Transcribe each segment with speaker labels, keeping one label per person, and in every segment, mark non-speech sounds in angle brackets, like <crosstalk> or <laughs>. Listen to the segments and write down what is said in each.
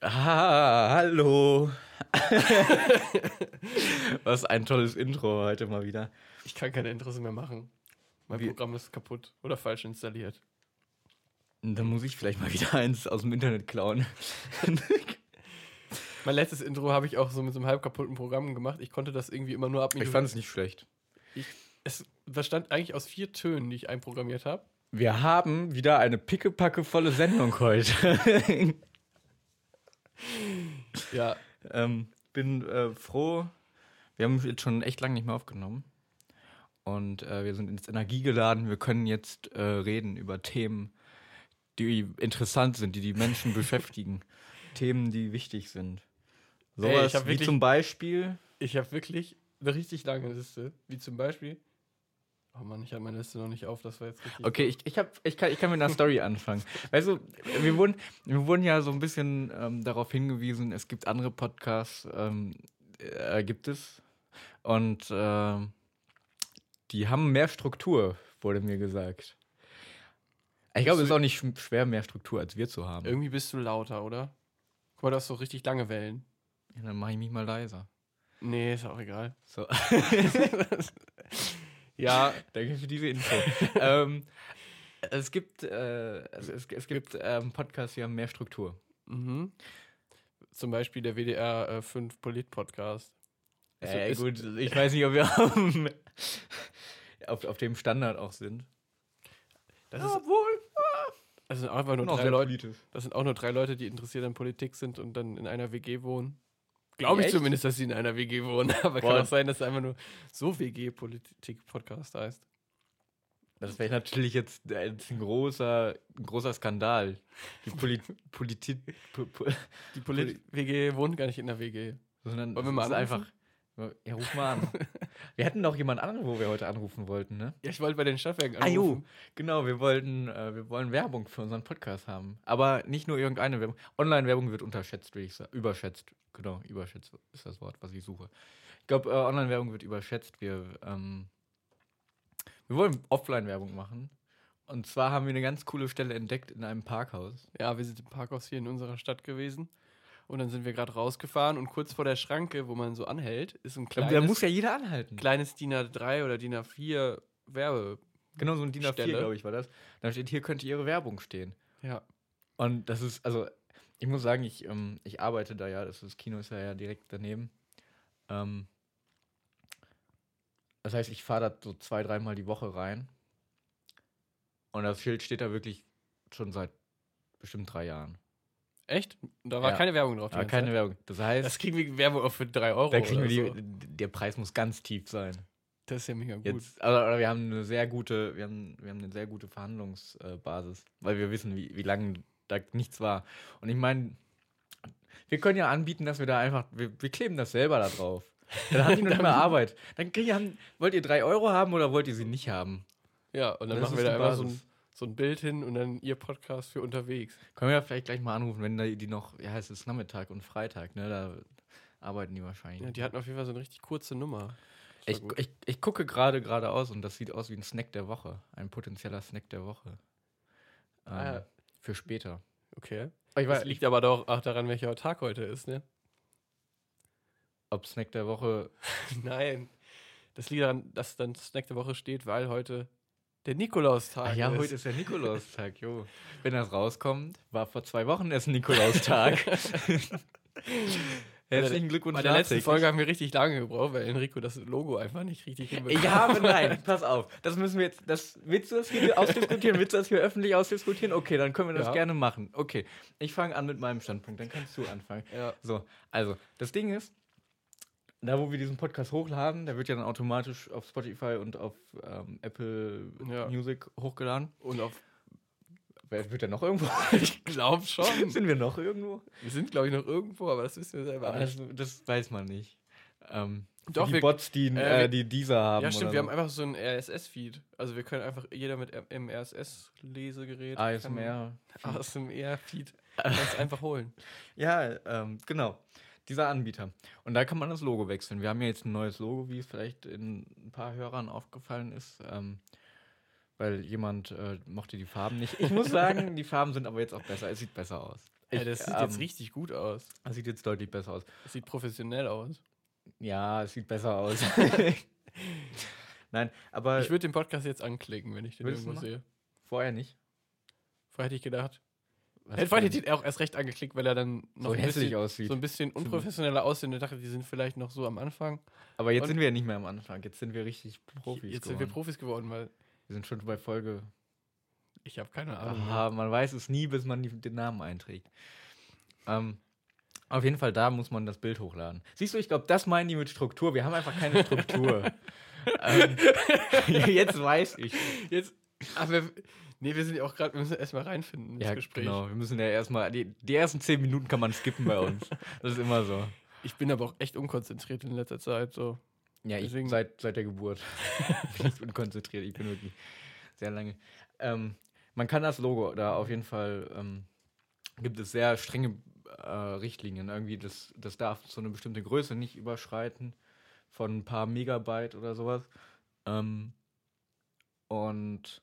Speaker 1: Ah, hallo. <laughs> Was ein tolles Intro heute mal wieder.
Speaker 2: Ich kann keine Interesse mehr machen. Mein
Speaker 1: Wie-
Speaker 2: Programm ist kaputt oder falsch installiert.
Speaker 1: Dann muss ich vielleicht mal wieder eins aus dem Internet klauen.
Speaker 2: Mein letztes Intro habe ich auch so mit so einem halb kaputten Programm gemacht. Ich konnte das irgendwie immer nur ab.
Speaker 1: es nicht schlecht.
Speaker 2: es bestand eigentlich aus vier Tönen, die ich einprogrammiert habe.
Speaker 1: Wir haben wieder eine pickepackevolle Sendung heute.
Speaker 2: Ja,
Speaker 1: ähm, bin äh, froh. Wir haben jetzt schon echt lange nicht mehr aufgenommen. Und äh, wir sind jetzt energiegeladen. Wir können jetzt äh, reden über Themen, die interessant sind, die die Menschen <laughs> beschäftigen. Themen, die wichtig sind.
Speaker 2: Ey, ich
Speaker 1: Sowas
Speaker 2: hab
Speaker 1: wie
Speaker 2: wirklich-
Speaker 1: zum Beispiel
Speaker 2: ich habe wirklich eine richtig lange Liste, wie zum Beispiel. Oh Mann, ich habe meine Liste noch nicht auf. Das war jetzt richtig.
Speaker 1: Okay, ich, ich, hab, ich, kann, ich kann mit einer Story anfangen. Weißt du, wir wurden, wir wurden ja so ein bisschen ähm, darauf hingewiesen, es gibt andere Podcasts, ähm, äh, gibt es. Und ähm, die haben mehr Struktur, wurde mir gesagt. Ich glaube, es ist auch nicht sch- schwer, mehr Struktur als wir zu haben.
Speaker 2: Irgendwie bist du lauter, oder? Guck mal, du hast so richtig lange Wellen.
Speaker 1: Ja, dann mache ich mich mal leiser.
Speaker 2: Nee, ist auch egal.
Speaker 1: So.
Speaker 2: Ja,
Speaker 1: Danke für diese Info. ähm, es gibt, äh, also es, es gibt ähm, Podcasts, die haben mehr Struktur.
Speaker 2: Mhm. Zum Beispiel der WDR äh, 5 Polit-Podcast. Also
Speaker 1: Äh,
Speaker 2: ist-
Speaker 1: gut, ich weiß nicht, ob wir <laughs> am- auf, auf dem Standard auch sind.
Speaker 2: Das, ist,
Speaker 1: Obwohl,
Speaker 2: das sind auch einfach nur
Speaker 1: noch
Speaker 2: drei
Speaker 1: sehr
Speaker 2: Leute.
Speaker 1: politisch.
Speaker 2: Das sind auch nur drei Leute, die interessiert an Politik sind und dann in einer WG wohnen. Glaube ich
Speaker 1: Echt?
Speaker 2: zumindest, dass sie in einer WG wohnen. <laughs> Aber
Speaker 1: Boah.
Speaker 2: kann auch sein, dass es einfach nur so WG-Politik-Podcast heißt.
Speaker 1: Das wäre natürlich jetzt äh, jetzt ein großer, ein großer Skandal. Die
Speaker 2: <laughs>
Speaker 1: Poli Politik. Po po
Speaker 2: Die Polit-WG wohnt gar nicht in der WG.
Speaker 1: sondern
Speaker 2: Wollen wir mal
Speaker 1: es ist
Speaker 2: anrufen?
Speaker 1: einfach. Ja, ruf mal an. wir hatten doch jemand anderen, wo wir heute anrufen wollten, ne?
Speaker 2: Ja, ich wollte bei den Stadtwerken
Speaker 1: Ah, jo.
Speaker 2: anrufen.
Speaker 1: Genau, wir wollten, äh, wir wollen Werbung für unseren Podcast haben. Aber nicht nur irgendeine Werbung. Online-Werbung wird unterschätzt, würde ich sagen. Überschätzt. Genau, überschätzt ist das Wort, was ich suche. Ich glaube, äh, Online-Werbung wird überschätzt. Wir, ähm, wir wollen Offline-Werbung machen. Und zwar haben wir eine ganz coole Stelle entdeckt in einem Parkhaus.
Speaker 2: Ja, wir sind im Parkhaus hier in unserer Stadt gewesen. Und dann sind wir gerade rausgefahren und kurz vor der Schranke, wo man so anhält, ist ein
Speaker 1: Da-
Speaker 2: kleines,
Speaker 1: da muss ja jeder anhalten.
Speaker 2: kleines DIN A3 oder DIN A4 Werbe.
Speaker 1: Genau, so ein DIN A4,
Speaker 2: Stelle.
Speaker 1: glaube ich, war das. Da steht, hier könnte Ihre Werbung stehen.
Speaker 2: Ja,
Speaker 1: Und das ist, also, ich muss sagen, ich, ähm, ich arbeite da ja, das, das Kino ist ja, ja direkt daneben. Ähm, das heißt, ich fahre da so zwei, dreimal die Woche rein. Und das Schild steht da wirklich schon seit bestimmt drei Jahren.
Speaker 2: Echt? Da war
Speaker 1: Ja.
Speaker 2: keine Werbung drauf. die
Speaker 1: Aber
Speaker 2: ganze
Speaker 1: keine
Speaker 2: Zeit?
Speaker 1: Werbung. Das heißt,
Speaker 2: das kriegen wir Werbung auch für 3 Euro.
Speaker 1: da kriegen wir
Speaker 2: oder
Speaker 1: die,
Speaker 2: So.
Speaker 1: der Preis muss ganz tief sein.
Speaker 2: Das ist ja mega gut.
Speaker 1: Jetzt, also, oder wir haben eine sehr gute, wir haben, wir haben eine sehr gute Verhandlungsbasis, weil wir wissen, wie, wie lange da nichts war. Und ich meine, wir können ja anbieten, dass wir da einfach, wir, wir kleben das selber da drauf. Dann haben die
Speaker 2: <laughs>
Speaker 1: noch nicht mehr Arbeit. Dann kriegen, haben, wollt ihr drei Euro haben oder wollt ihr sie nicht haben?
Speaker 2: Ja, und dann
Speaker 1: Das ist
Speaker 2: machen wir da
Speaker 1: die
Speaker 2: einfach so ein,
Speaker 1: Basis.
Speaker 2: so ein Bild hin und dann ihr Podcast für unterwegs.
Speaker 1: Können wir ja vielleicht gleich mal anrufen, wenn da die noch, ja, es ist Nachmittag und Freitag, ne? Da arbeiten die wahrscheinlich.
Speaker 2: Ja, die hatten auf jeden Fall so eine richtig kurze Nummer. Das
Speaker 1: ich,
Speaker 2: war gut.
Speaker 1: ich, ich gucke gerade geradeaus und das sieht aus wie ein Snack der Woche. Ein potenzieller Snack der Woche. Ähm,
Speaker 2: Ah, ja.
Speaker 1: Für später.
Speaker 2: okay.
Speaker 1: Ich
Speaker 2: Das liegt aber doch auch daran, welcher Tag heute ist, ne?
Speaker 1: ob Snack der Woche.
Speaker 2: <laughs> Nein. Das liegt daran, dass dann Snack der Woche steht, weil heute der Nikolaustag
Speaker 1: Ach ja,
Speaker 2: ist.
Speaker 1: heute ist ja Nikolaustag, <laughs> jo. Wenn das rauskommt, war vor zwei Wochen erst <laughs> Nikolaustag. Herzlichen Glückwunsch.
Speaker 2: Bei der letzten
Speaker 1: nachträglich.
Speaker 2: Folge haben wir richtig lange gebraucht, weil Enrico das Logo einfach nicht richtig hinbekommen
Speaker 1: Ich habe <laughs> nein, pass auf. Das müssen wir jetzt. Das, willst du das hier ausdiskutieren? Willst du das hier öffentlich ausdiskutieren? Okay, dann können wir das
Speaker 2: Ja.
Speaker 1: gerne machen. Okay, ich fange an mit meinem Standpunkt, dann kannst du anfangen.
Speaker 2: Ja.
Speaker 1: So, also, das Ding ist, da wo wir diesen Podcast hochladen, der wird ja dann automatisch auf Spotify und auf ähm, Apple
Speaker 2: Ja.
Speaker 1: Music hochgeladen.
Speaker 2: Und auf, <laughs>
Speaker 1: Wer wird ja noch irgendwo?
Speaker 2: ich glaube schon. <laughs>
Speaker 1: Sind wir noch irgendwo?
Speaker 2: Wir sind, glaube ich, noch irgendwo, aber das wissen wir selber
Speaker 1: Aber
Speaker 2: nicht.
Speaker 1: das, das weiß man nicht. Ähm, für
Speaker 2: Doch,
Speaker 1: die
Speaker 2: wir-
Speaker 1: Bots, die,
Speaker 2: äh,
Speaker 1: äh, die dieser haben.
Speaker 2: Ja, stimmt,
Speaker 1: oder
Speaker 2: wir haben
Speaker 1: so.
Speaker 2: einfach so ein RSS-Feed. Also wir können einfach jeder mit R- im RSS-Lesegerät.
Speaker 1: Ah, ASMR.
Speaker 2: kann- ASMR-Feed. Kannst einfach holen.
Speaker 1: Ja, ähm, genau. Dieser Anbieter. Und da kann man das Logo wechseln. Wir haben ja jetzt ein neues Logo, wie es vielleicht in ein paar Hörern aufgefallen ist. Ähm, weil jemand äh, mochte die Farben nicht. Ich muss
Speaker 2: <laughs>
Speaker 1: sagen, die Farben sind aber jetzt auch besser. Es sieht besser aus.
Speaker 2: Ey,
Speaker 1: <laughs> Ich,
Speaker 2: Äh, das sieht
Speaker 1: ähm,
Speaker 2: jetzt richtig gut aus.
Speaker 1: Es sieht jetzt deutlich besser aus.
Speaker 2: Das sieht professionell aus.
Speaker 1: Ja, es sieht besser
Speaker 2: <laughs>
Speaker 1: aus. Nein, aber
Speaker 2: Ich würde den Podcast jetzt anklicken, wenn ich den
Speaker 1: Würdest Äh, du
Speaker 2: irgendwo
Speaker 1: machen?
Speaker 2: sehe.
Speaker 1: vorher nicht.
Speaker 2: Vorher hätte ich gedacht.
Speaker 1: Was
Speaker 2: Hätte, vorher
Speaker 1: denn?
Speaker 2: hätte ich den auch erst recht angeklickt, weil er dann noch
Speaker 1: so
Speaker 2: ein
Speaker 1: hässlich
Speaker 2: bisschen,
Speaker 1: aussieht.
Speaker 2: so ein bisschen unprofessioneller aussehen. Ich dachte, die sind vielleicht noch so am Anfang.
Speaker 1: aber jetzt
Speaker 2: und-
Speaker 1: sind wir ja nicht mehr am Anfang. Jetzt sind wir richtig Profis.
Speaker 2: jetzt sind
Speaker 1: geworden.
Speaker 2: wir Profis geworden, weil
Speaker 1: wir sind schon bei Folge
Speaker 2: ich habe keine Ahnung. mehr.
Speaker 1: Aha, man weiß es nie, bis man die, den Namen einträgt. Ähm, auf jeden Fall, da muss man das Bild hochladen. Siehst du, ich glaube, das meinen die mit Struktur. Wir haben einfach keine
Speaker 2: <laughs>
Speaker 1: Struktur. ähm, <laughs> jetzt weiß ich.
Speaker 2: Jetzt, aber nee, wir sind ja auch gerade, wir müssen erstmal reinfinden ins
Speaker 1: Ja,
Speaker 2: Gespräch.
Speaker 1: genau. Wir müssen ja erstmal, die, die ersten zehn Minuten kann man skippen bei uns. Das ist immer so.
Speaker 2: Ich bin aber auch echt unkonzentriert in letzter Zeit. So.
Speaker 1: Ja, ich
Speaker 2: Deswegen-
Speaker 1: seit, seit der Geburt <laughs> bin ich unkonzentriert. Ich bin wirklich sehr lange. Ähm, man kann das Logo da auf jeden Fall, ähm, gibt es sehr strenge äh, Richtlinien. Irgendwie, das, das darf so eine bestimmte Größe nicht überschreiten von ein paar Megabyte oder sowas. Ähm, und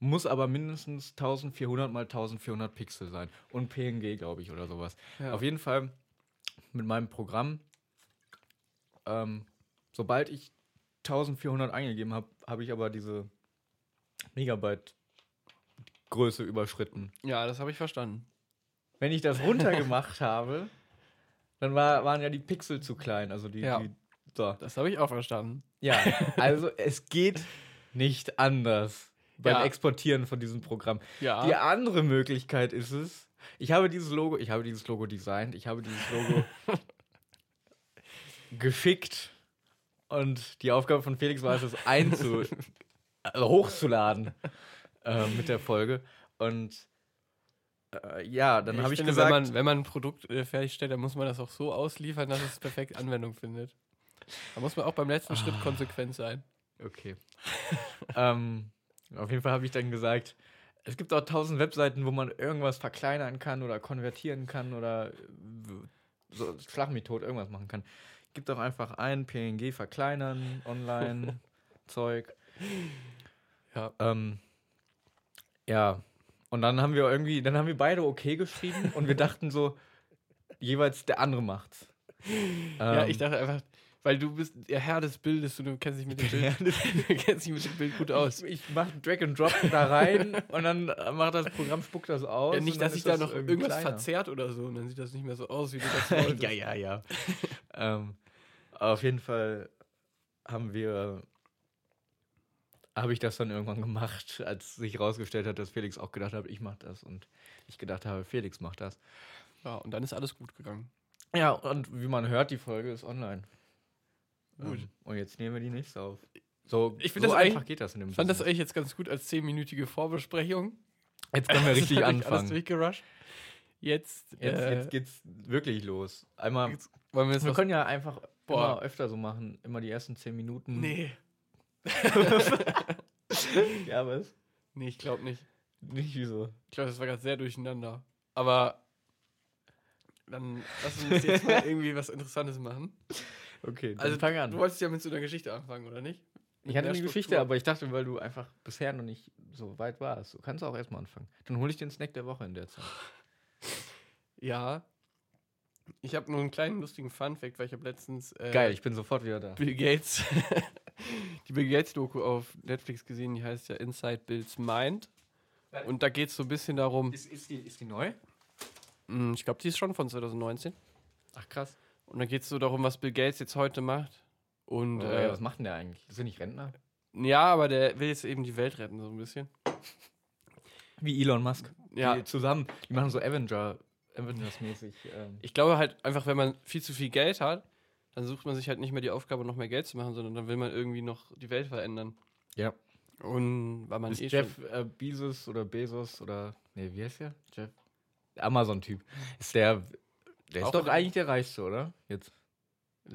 Speaker 1: muss aber mindestens 1400 mal 1400 Pixel sein. Und PNG, glaube ich, oder sowas.
Speaker 2: Ja.
Speaker 1: Auf jeden Fall mit meinem Programm, ähm, sobald ich 1400 eingegeben habe, habe ich aber diese Megabyte-Größe überschritten.
Speaker 2: ja, das habe ich verstanden.
Speaker 1: Wenn ich
Speaker 2: <laughs>
Speaker 1: das runtergemacht habe, dann war, waren ja die Pixel zu klein. Also die.
Speaker 2: Ja.
Speaker 1: die so.
Speaker 2: Das habe ich auch verstanden.
Speaker 1: ja, also es geht nicht anders beim
Speaker 2: Ja.
Speaker 1: Exportieren von diesem Programm.
Speaker 2: Ja.
Speaker 1: Die andere Möglichkeit ist es, ich habe dieses Logo, ich habe dieses Logo designt, ich habe dieses
Speaker 2: <laughs>
Speaker 1: Logo geschickt und die Aufgabe von Felix war es, es einzu also hochzuladen äh, mit der Folge und äh, ja, dann
Speaker 2: Ich
Speaker 1: habe ich
Speaker 2: finde,
Speaker 1: gesagt,
Speaker 2: wenn man, wenn man ein Produkt äh, fertigstellt, dann muss man das auch so ausliefern, dass es perfekt Anwendung findet. Da muss man auch beim letzten Schritt konsequent sein.
Speaker 1: Okay. <laughs> ähm, auf jeden Fall habe ich dann gesagt, es gibt auch tausend Webseiten, wo man irgendwas verkleinern kann oder konvertieren kann oder äh, w- so schlag mich tot irgendwas machen kann. Gibt doch einfach ein PNG verkleinern
Speaker 2: <laughs>
Speaker 1: online Zeug.
Speaker 2: Ja.
Speaker 1: Ähm, ja. Und dann haben wir irgendwie, dann haben wir beide okay geschrieben und wir dachten so, jeweils der andere macht's.
Speaker 2: ja,
Speaker 1: Ähm,
Speaker 2: ich dachte einfach, weil du bist der Herr des Bildes und du kennst dich mit dem Bild, <laughs> du kennst dich mit dem Bild gut aus.
Speaker 1: Ich mache Drag and Drop da <laughs> rein und dann äh, macht das Programm, spuckt das aus.
Speaker 2: Ja,
Speaker 1: und
Speaker 2: nicht,
Speaker 1: dann
Speaker 2: dass sich
Speaker 1: ist
Speaker 2: da
Speaker 1: das
Speaker 2: noch
Speaker 1: irgendwie
Speaker 2: irgendwas
Speaker 1: kleiner.
Speaker 2: verzerrt oder so und dann sieht das nicht mehr so aus, wie du <laughs> das
Speaker 1: <laughs>
Speaker 2: wolltest.
Speaker 1: ja, ja, ja. ähm, auf jeden Fall haben wir, habe ich das dann irgendwann gemacht, als sich rausgestellt hat, dass Felix auch gedacht hat, ich mache das und ich gedacht habe, Felix macht das.
Speaker 2: ja, und dann ist alles gut gegangen.
Speaker 1: Ja, und wie man hört, die Folge ist online.
Speaker 2: Gut.
Speaker 1: Ähm, und jetzt nehmen wir die nächste auf. So,
Speaker 2: Ich find
Speaker 1: so
Speaker 2: das
Speaker 1: einfach
Speaker 2: eigentlich-
Speaker 1: geht das in dem
Speaker 2: Ich fand das
Speaker 1: Business.
Speaker 2: eigentlich jetzt ganz gut als zehnminütige Vorbesprechung.
Speaker 1: Jetzt <laughs> können wir
Speaker 2: <laughs> Das
Speaker 1: richtig
Speaker 2: hab ich Alles
Speaker 1: anfangen.
Speaker 2: durchgerusht. Jetzt,
Speaker 1: Jetzt,
Speaker 2: äh,
Speaker 1: jetzt geht's wirklich los. Einmal,
Speaker 2: Jetzt- wollen wir jetzt
Speaker 1: wir
Speaker 2: noch-
Speaker 1: können ja einfach
Speaker 2: Boah.
Speaker 1: immer öfter so machen, immer die ersten zehn Minuten.
Speaker 2: Nee,
Speaker 1: Ja, was?
Speaker 2: nee, ich glaube nicht.
Speaker 1: Nicht wieso.
Speaker 2: Ich glaube, das war gerade sehr durcheinander. Aber dann lass uns
Speaker 1: <laughs>
Speaker 2: jetzt mal irgendwie was Interessantes machen.
Speaker 1: Okay, dann
Speaker 2: Also,
Speaker 1: also, fang
Speaker 2: Du
Speaker 1: an.
Speaker 2: wolltest ja mit so einer Geschichte anfangen, oder nicht? Mit
Speaker 1: Ich hatte
Speaker 2: mehr
Speaker 1: eine Geschichte,
Speaker 2: Struktur.
Speaker 1: aber ich dachte, weil du einfach bisher noch nicht so weit warst. Du kannst auch erstmal anfangen. Dann hole ich den Snack der Woche in der Zeit.
Speaker 2: Ja. Ich habe nur einen kleinen lustigen Fun-Fact, weil ich habe letztens. äh,
Speaker 1: Geil, ich bin sofort wieder da.
Speaker 2: Bill Gates. <laughs> die Bill Gates-Doku auf Netflix gesehen, die heißt ja Inside Bills Mind. Und da geht es so ein bisschen darum,
Speaker 1: Ist, ist, die, ist die neu?
Speaker 2: mh, ich glaube, die ist schon von 2019.
Speaker 1: Ach krass.
Speaker 2: Und da geht es so darum, was Bill Gates jetzt heute macht. Und
Speaker 1: Und,
Speaker 2: äh,
Speaker 1: äh, was macht denn der eigentlich? Ist er nicht Rentner?
Speaker 2: ja, aber der will jetzt eben die Welt retten, so ein bisschen.
Speaker 1: Wie Elon Musk.
Speaker 2: Ja,
Speaker 1: Die zusammen, die machen so Avenger, Avengers-mäßig. Ähm.
Speaker 2: ich glaube halt einfach, wenn man viel zu viel Geld hat, dann sucht man sich halt nicht mehr die Aufgabe, noch mehr Geld zu machen, sondern dann will man irgendwie noch die Welt verändern.
Speaker 1: Ja.
Speaker 2: Und weil man
Speaker 1: Ist
Speaker 2: eh schon-
Speaker 1: Jeff äh, Bezos oder Bezos oder. Nee, wie heißt der? Jeff. Der Amazon-Typ. Ist der. Der
Speaker 2: Auch
Speaker 1: ist doch
Speaker 2: in-
Speaker 1: eigentlich der Reichste, oder? Jetzt.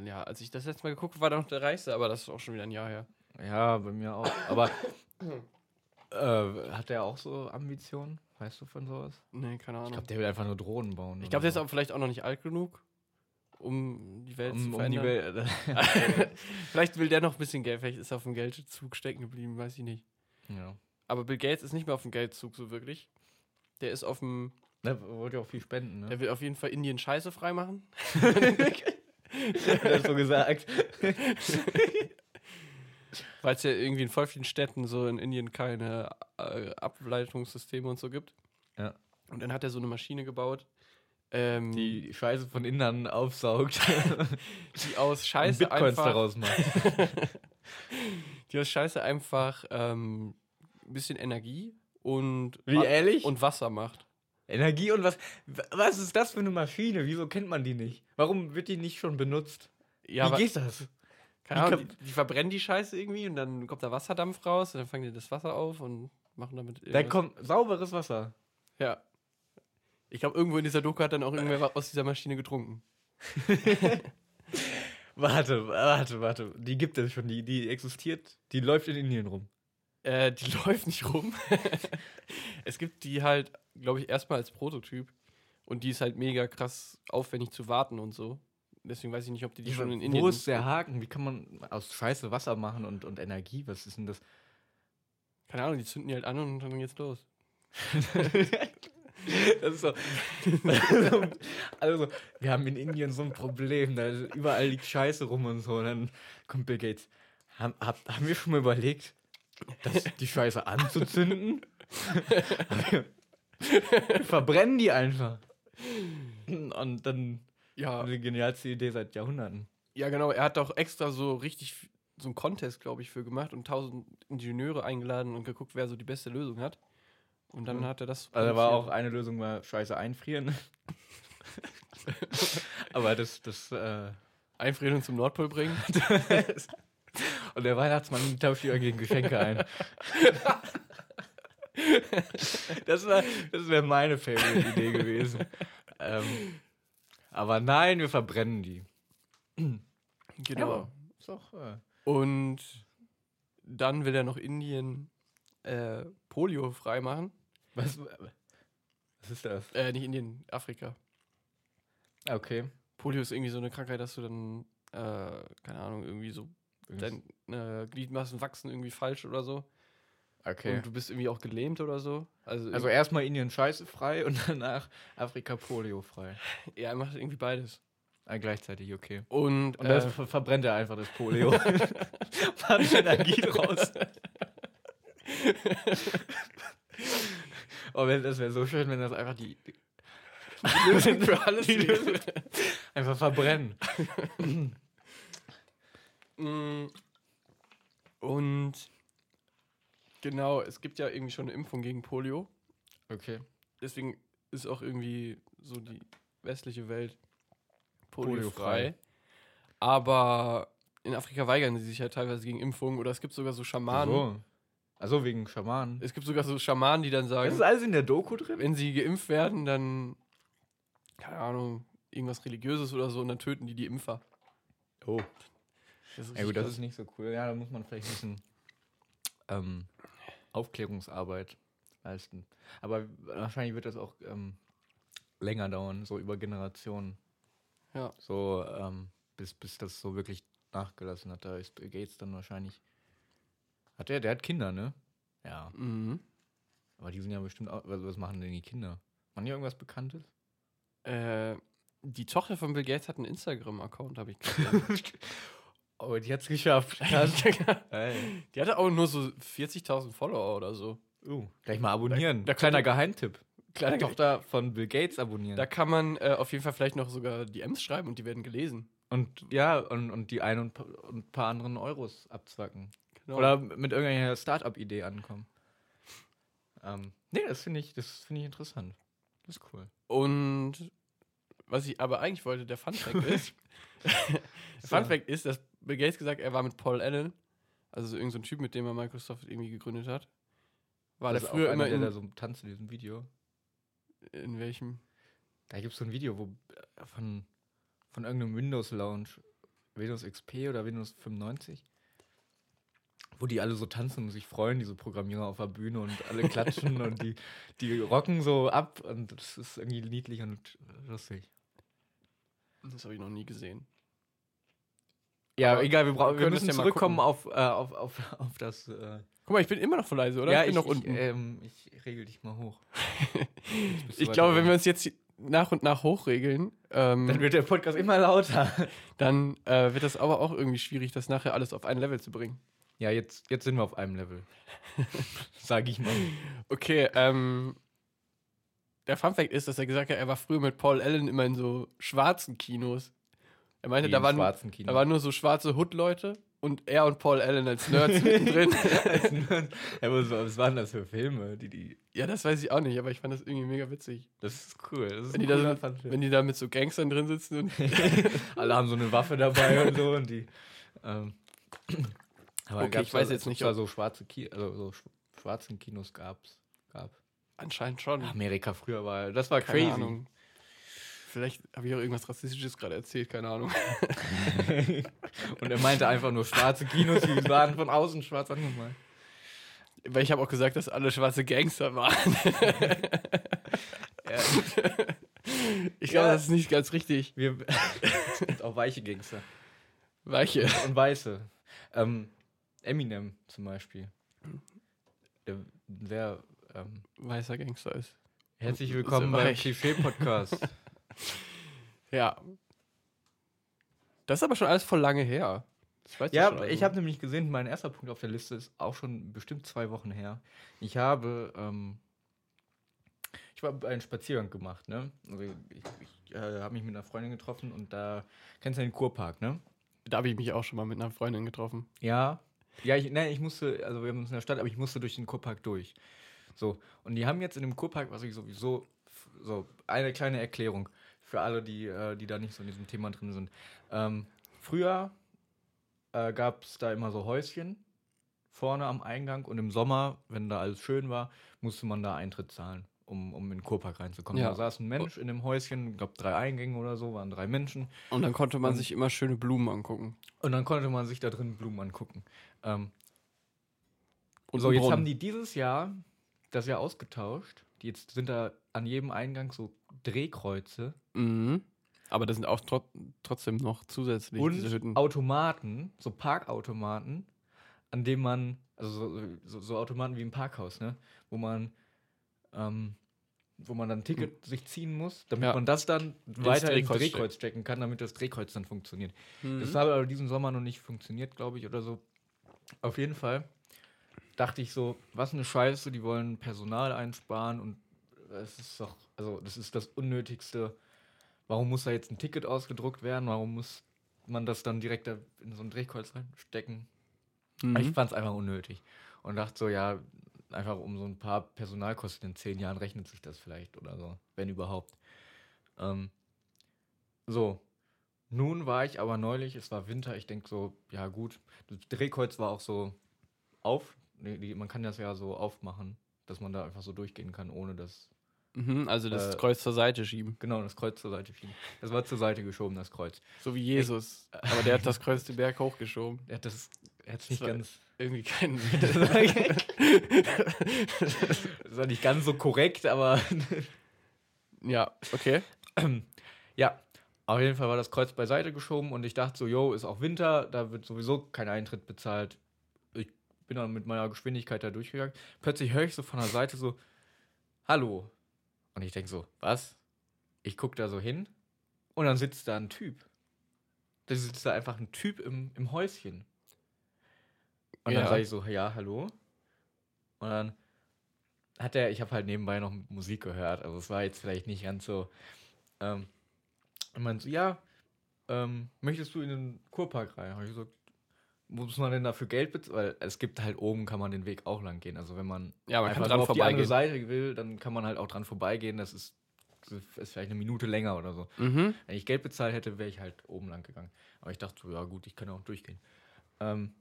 Speaker 2: Ja, als ich das letzte Mal geguckt habe, war da noch der Reichste, aber das ist auch schon wieder ein Jahr her.
Speaker 1: Ja, bei mir auch. <coughs> Aber. äh, hat der auch so Ambitionen? Weißt du von sowas?
Speaker 2: Nee, keine
Speaker 1: Ich
Speaker 2: Ahnung.
Speaker 1: glaube, der will einfach nur Drohnen bauen.
Speaker 2: Ich glaube, der ist
Speaker 1: auch
Speaker 2: auch vielleicht auch noch nicht alt genug, um die Welt zu
Speaker 1: um, um
Speaker 2: verändern.
Speaker 1: die
Speaker 2: <laughs>
Speaker 1: Welt. <laughs>
Speaker 2: vielleicht will der noch ein bisschen Geld, vielleicht ist er auf dem Geldzug stecken geblieben, weiß ich nicht.
Speaker 1: ja.
Speaker 2: Aber Bill Gates ist nicht mehr auf dem Geldzug so wirklich. Der ist auf dem,
Speaker 1: Da wollte auch viel spenden, ne? <laughs>
Speaker 2: der will auf jeden Fall Indien Scheiße freimachen.
Speaker 1: Hat er so gesagt.
Speaker 2: Weil es ja irgendwie in voll vielen Städten so in Indien keine äh, Ableitungssysteme und so gibt.
Speaker 1: Ja.
Speaker 2: Und dann hat er so eine Maschine gebaut, ähm, die,
Speaker 1: Die Scheiße von innen aufsaugt. <laughs>
Speaker 2: aus
Speaker 1: und
Speaker 2: Scheiße
Speaker 1: Bitcoins
Speaker 2: einfach,
Speaker 1: daraus macht.
Speaker 2: die aus Scheiße einfach ähm, ein bisschen Energie und
Speaker 1: Wie,
Speaker 2: Wa-
Speaker 1: ehrlich?
Speaker 2: und Wasser macht.
Speaker 1: Energie und was. Was ist das für eine Maschine? Wieso kennt man die nicht? Warum wird die nicht schon benutzt?
Speaker 2: Ja,
Speaker 1: Wie
Speaker 2: aber,
Speaker 1: geht das?
Speaker 2: keine
Speaker 1: wie
Speaker 2: Ahnung,
Speaker 1: kann-
Speaker 2: die, die verbrennen die Scheiße irgendwie und dann kommt da Wasserdampf raus und dann fangen die das Wasser auf und machen damit.
Speaker 1: Da
Speaker 2: irgendwas.
Speaker 1: kommt sauberes Wasser.
Speaker 2: Ja. Ich glaube, irgendwo in dieser Doku hat dann auch irgendwer wa- aus dieser Maschine getrunken.
Speaker 1: Warte, warte, warte. Die gibt es schon. Die, die existiert. Die läuft in Indien rum.
Speaker 2: Äh, die <laughs> läuft nicht rum. es gibt die halt, glaube ich, erstmal als Prototyp. Und die ist halt mega krass aufwendig zu warten und so. Deswegen weiß ich nicht, ob die die schon in
Speaker 1: Wo
Speaker 2: Indien.
Speaker 1: ist der Haken? Wie kann man aus Scheiße Wasser machen und, und Energie? Was ist denn das?
Speaker 2: Keine Ahnung, die zünden die halt an und dann geht's los.
Speaker 1: <laughs> Das ist so. Also, also, wir haben in Indien so ein Problem, da ist- überall liegt Scheiße rum und so. Und dann kommt Bill Gates. Haben, hab, haben wir schon mal überlegt, das, die Scheiße anzuzünden? <laughs> Wir Verbrennen die einfach. Und dann
Speaker 2: Ja,
Speaker 1: die genialste Idee seit Jahrhunderten.
Speaker 2: ja, genau. Er hat auch extra so richtig f- so einen Contest, glaube ich, für gemacht und tausend Ingenieure eingeladen und geguckt, wer so die beste Lösung hat. Und dann
Speaker 1: Mhm.
Speaker 2: hat er das.
Speaker 1: Also da war auch
Speaker 2: produziert.
Speaker 1: eine Lösung mal Scheiße einfrieren. <laughs> Aber das, das, äh,
Speaker 2: Einfrieren und zum Nordpol <laughs> bringen.
Speaker 1: <laughs> Und der Weihnachtsmann tauscht immer gegen Geschenke ein. das wäre das wär meine Favorite-Idee gewesen. Ähm, aber nein, wir verbrennen die.
Speaker 2: Genau.
Speaker 1: Ja, ist doch, äh,
Speaker 2: Und dann will er noch Indien äh, Polio freimachen.
Speaker 1: was, was ist das?
Speaker 2: Äh, nicht Indien, Afrika.
Speaker 1: Okay.
Speaker 2: Polio ist irgendwie so eine Krankheit, dass du dann, äh, keine Ahnung, irgendwie so, deine äh, Gliedmaßen wachsen irgendwie falsch oder so.
Speaker 1: Okay.
Speaker 2: Und du bist irgendwie auch gelähmt oder so. Also,
Speaker 1: Also
Speaker 2: irgendwie-
Speaker 1: erstmal Indien scheiße frei und danach Afrika Polio frei.
Speaker 2: ja, er macht irgendwie beides.
Speaker 1: Ah, gleichzeitig, okay.
Speaker 2: Und,
Speaker 1: Und das
Speaker 2: äh,
Speaker 1: ver- verbrennt er einfach das
Speaker 2: <laughs>
Speaker 1: Polio. Macht
Speaker 2: äh,
Speaker 1: Energie draus. oh, wenn, das wäre so schön, wenn das einfach die. die Lösung <laughs> für alles
Speaker 2: Die
Speaker 1: wäre.
Speaker 2: Lösung.
Speaker 1: Einfach verbrennen.
Speaker 2: Mm. und genau, es gibt ja irgendwie schon eine Impfung gegen Polio.
Speaker 1: Okay.
Speaker 2: deswegen ist auch irgendwie so die westliche Welt
Speaker 1: Poliofrei.
Speaker 2: poliofrei. Aber in Afrika weigern sie sich ja teilweise gegen Impfungen oder es gibt sogar so Schamanen.
Speaker 1: So. Also wegen Schamanen.
Speaker 2: Es gibt sogar so Schamanen, die dann
Speaker 1: Das
Speaker 2: sagen,
Speaker 1: ist alles in der Doku drin?
Speaker 2: wenn sie geimpft werden, dann keine Ahnung, irgendwas religiöses oder so und dann töten die die Impfer.
Speaker 1: Oh.
Speaker 2: Das ist also,
Speaker 1: Ja, gut, das
Speaker 2: krass.
Speaker 1: ist nicht so cool. Ja, da muss man vielleicht ein bisschen ähm, Aufklärungsarbeit leisten. Aber wahrscheinlich wird das auch ähm, länger dauern, so über Generationen.
Speaker 2: Ja.
Speaker 1: So, ähm, bis, bis das so wirklich nachgelassen hat. Da ist Bill Gates dann wahrscheinlich. Hat der, der hat Kinder, ne? Ja.
Speaker 2: Mhm.
Speaker 1: Aber die sind ja bestimmt auch. Was, was machen denn die Kinder? Machen die irgendwas
Speaker 2: <laughs>
Speaker 1: Bekanntes?
Speaker 2: Äh, die Tochter von Bill Gates hat einen
Speaker 1: <laughs>
Speaker 2: Instagram-Account, habe ich
Speaker 1: oh, die hat's geschafft. Krass.
Speaker 2: gesehen.
Speaker 1: Ey.
Speaker 2: <laughs> die hatte auch nur so 40.000 Follower oder so.
Speaker 1: Uh, gleich mal abonnieren.
Speaker 2: Da- da
Speaker 1: Kleiner Geheimtipp.
Speaker 2: Kleiner Ge-
Speaker 1: Tochter von Bill Gates abonnieren.
Speaker 2: Da kann man äh, auf jeden Fall vielleicht noch sogar DMs schreiben und die werden gelesen.
Speaker 1: Und ja, und, und die ein und, pa- und paar anderen Euros abzwacken.
Speaker 2: Genau.
Speaker 1: Oder mit irgendeiner Start-up-Idee ankommen. Ähm, nee, das finde ich, das finde ich interessant. Das ist cool.
Speaker 2: und was ich aber eigentlich wollte, der Fun Fact
Speaker 1: <laughs>
Speaker 2: ist, <laughs> der Fun
Speaker 1: So.
Speaker 2: Fact ist, dass Bill Gates gesagt, er war mit Paul Allen, also so irgendein so ein Typ, mit dem er Microsoft irgendwie gegründet hat. War
Speaker 1: das
Speaker 2: der
Speaker 1: ist
Speaker 2: früher
Speaker 1: auch
Speaker 2: immer
Speaker 1: einer,
Speaker 2: in,
Speaker 1: der da so tanzt in diesem Video.
Speaker 2: in welchem?
Speaker 1: Da gibt es so ein Video, wo äh, von, von irgendeinem Windows-Lounge, Windows XP oder Windows 95, wo die alle so tanzen und sich freuen, diese Programmierer auf der Bühne und alle
Speaker 2: <laughs>
Speaker 1: klatschen und die, die rocken so ab und das ist irgendwie niedlich und lustig.
Speaker 2: Das habe ich noch nie gesehen.
Speaker 1: Ja,
Speaker 2: Aber
Speaker 1: egal, wir, brauchen,
Speaker 2: wir
Speaker 1: wir
Speaker 2: können das
Speaker 1: müssen
Speaker 2: ja mal
Speaker 1: zurückkommen auf, äh, auf, auf, auf das äh,
Speaker 2: Guck mal, ich bin immer noch voll leise, oder?
Speaker 1: ja,
Speaker 2: ich bin
Speaker 1: ich,
Speaker 2: noch
Speaker 1: ich,
Speaker 2: unten.
Speaker 1: Ähm, ich regel dich mal hoch. Jetzt bist du
Speaker 2: <laughs> ich
Speaker 1: weiter
Speaker 2: glaube, wenn
Speaker 1: oben.
Speaker 2: wir uns jetzt nach und nach hochregeln,
Speaker 1: Dann
Speaker 2: ähm,
Speaker 1: wird der Podcast immer lauter. <laughs>
Speaker 2: dann äh, wird das aber auch irgendwie schwierig, das nachher alles auf ein Level zu bringen.
Speaker 1: Ja, jetzt, jetzt sind wir auf einem
Speaker 2: <laughs>
Speaker 1: Level. Sag ich mal.
Speaker 2: Okay, ähm, der Funfact ist, dass er gesagt hat, er war früher mit Paul Allen immer in so schwarzen Kinos. Er meinte,
Speaker 1: Wie
Speaker 2: da
Speaker 1: im
Speaker 2: waren,
Speaker 1: schwarzen Kino.
Speaker 2: da waren nur so schwarze Hood-Leute und er und Paul Allen als Nerds <laughs> mittendrin.
Speaker 1: <laughs> ja, aber so, was waren das für Filme? Die, die,
Speaker 2: Ja, das weiß ich auch nicht, aber ich fand das irgendwie mega witzig.
Speaker 1: das ist cool. Das ist
Speaker 2: Wenn die, da so, wenn die da mit so Gangstern drin sitzen und <laughs>
Speaker 1: Alle haben so eine Waffe dabei und so und die. Ähm, aber
Speaker 2: Okay,
Speaker 1: gab's
Speaker 2: ich weiß
Speaker 1: da-
Speaker 2: jetzt nicht,
Speaker 1: ob
Speaker 2: ob-
Speaker 1: es da so schwarze Ki also so sch- schwarzen Kinos gab's. Gab.
Speaker 2: anscheinend schon.
Speaker 1: Amerika früher war, das war
Speaker 2: Hm. Keine
Speaker 1: crazy.
Speaker 2: Ahnung. Vielleicht habe ich auch irgendwas Rassistisches gerade erzählt, keine Ahnung.
Speaker 1: und er meinte einfach nur schwarze Kinos,
Speaker 2: <laughs>
Speaker 1: die waren von außen schwarz angemalt.
Speaker 2: <laughs> Weil ich habe auch gesagt, dass alle schwarze Gangster <laughs> waren.
Speaker 1: Ja,
Speaker 2: Ich glaube,
Speaker 1: Ja.
Speaker 2: das ist nicht ganz richtig.
Speaker 1: wir, <laughs> es gibt auch weiche Gangster
Speaker 2: Weiche.
Speaker 1: und weiße. Ähm, Eminem zum Beispiel. Der, sehr, ähm,
Speaker 2: Weißer Gangster ist.
Speaker 1: herzlich
Speaker 2: So
Speaker 1: willkommen beim
Speaker 2: weich. <laughs>
Speaker 1: Klischee-Podcast.
Speaker 2: Ja. Das ist aber schon alles voll lange her. Das weißt du schon,
Speaker 1: Ja,
Speaker 2: also.
Speaker 1: ich habe nämlich gesehen, mein erster Punkt auf der Liste ist auch schon bestimmt zwei Wochen her. Ich habe, ähm, ich habe einen Spaziergang gemacht, ne? Also ich, ich äh, habe mich mit einer Freundin getroffen und da kennst du den Kurpark, ne?
Speaker 2: Also, Da habe ich mich auch schon mal mit einer Freundin getroffen.
Speaker 1: Ja. Ja, ich, nein, ich musste, also wir haben uns in der Stadt, aber ich musste durch den Kurpark durch. So, und die haben jetzt in dem Kurpark, was ich sowieso, f- so, eine kleine Erklärung für alle, die, äh, die da nicht so in diesem Thema drin sind. Ähm, früher äh, gab es da immer so Häuschen vorne am Eingang und im Sommer, wenn da alles schön war, musste man da Eintritt zahlen, um, um in den Kurpark reinzukommen.
Speaker 2: Ja.
Speaker 1: Da saß ein Mensch in dem Häuschen, ich glaube drei Eingänge oder so, waren drei Menschen.
Speaker 2: Und dann konnte man
Speaker 1: Und-
Speaker 2: sich immer schöne Blumen angucken.
Speaker 1: Und dann konnte man sich da drin Blumen angucken. Ähm,
Speaker 2: Und
Speaker 1: so,
Speaker 2: einen
Speaker 1: jetzt haben
Speaker 2: Brunnen.
Speaker 1: die dieses Jahr das ja ausgetauscht. Die Jetzt sind da an jedem Eingang so Drehkreuze
Speaker 2: Mhm. Aber das sind auch trot trotzdem noch zusätzlich diese Hütten.
Speaker 1: und Automaten, so Parkautomaten, an denen man, also so, so, so Automaten wie im Parkhaus, ne? Wo man, ähm, wo man dann ein Ticket sich ziehen muss, damit
Speaker 2: Hm. Ja.
Speaker 1: man das dann weiter ins
Speaker 2: Drehkreuz steckt.
Speaker 1: Drehkreuz stecken kann, damit das Drehkreuz dann funktioniert.
Speaker 2: Mhm.
Speaker 1: Das habe aber diesen Sommer noch nicht funktioniert, glaube ich, oder so. Auf jeden Fall dachte ich so, was eine Scheiße, die wollen Personal einsparen und es ist doch, also das ist das Unnötigste. Warum muss da jetzt ein Ticket ausgedruckt werden? Warum muss man das dann direkt da in so ein Drehkreuz reinstecken?
Speaker 2: Mhm.
Speaker 1: Ich fand es einfach unnötig und dachte so, ja, einfach um so ein paar Personalkosten in zehn Jahren rechnet sich das vielleicht oder so, wenn überhaupt. Ähm, so, nun war ich aber neulich, es war Winter, ich denke so, ja gut, das Drehkreuz war auch so auf, nee, die- man kann das ja so aufmachen, dass man da einfach so durchgehen kann, ohne das,
Speaker 2: Mhm, also das
Speaker 1: Äh,
Speaker 2: Kreuz zur Seite schieben.
Speaker 1: genau, das Kreuz zur Seite schieben. Das war zur Seite geschoben, das Kreuz.
Speaker 2: So wie Jesus. Aber der hat das Kreuz den Berg hochgeschoben.
Speaker 1: Er hat das, er hat's nicht
Speaker 2: Das war-
Speaker 1: ganz, <laughs>
Speaker 2: Irgendwie keinen
Speaker 1: das
Speaker 2: Sinn.
Speaker 1: war- das war nicht ganz so korrekt,
Speaker 2: <laughs>
Speaker 1: aber
Speaker 2: ja, okay.
Speaker 1: Ja, auf jeden Fall war das Kreuz beiseite geschoben und ich dachte so, yo, ist auch Winter, da wird sowieso kein Eintritt bezahlt. Ich bin dann mit meiner Geschwindigkeit da durchgegangen. Plötzlich höre ich so von der Seite so, hallo. Und ich denke so, was? Ich gucke da so hin und dann sitzt da ein Typ. Da sitzt da einfach ein Typ im, im Häuschen. Und dann
Speaker 2: Ja.
Speaker 1: sage ich so, ja, hallo. Und dann hat er, ich habe halt nebenbei noch Musik gehört, also es war jetzt vielleicht nicht ganz so. Ähm, und meinte so, ja, ähm, möchtest du in den Kurpark rein? Habe ich gesagt, muss man denn dafür Geld bezahlen? Weil es gibt halt oben, kann man den Weg auch lang gehen. Also wenn man,
Speaker 2: Ja, man kann
Speaker 1: einfach
Speaker 2: dran
Speaker 1: nur auf die andere
Speaker 2: vorbeigehen.
Speaker 1: Seite will, dann kann man halt auch dran vorbeigehen. Das ist, das ist vielleicht eine Minute länger oder so.
Speaker 2: Mhm.
Speaker 1: Wenn ich Geld bezahlt hätte, wäre ich halt oben lang gegangen. Aber ich dachte so, ja gut, ich kann ja auch durchgehen. Ähm,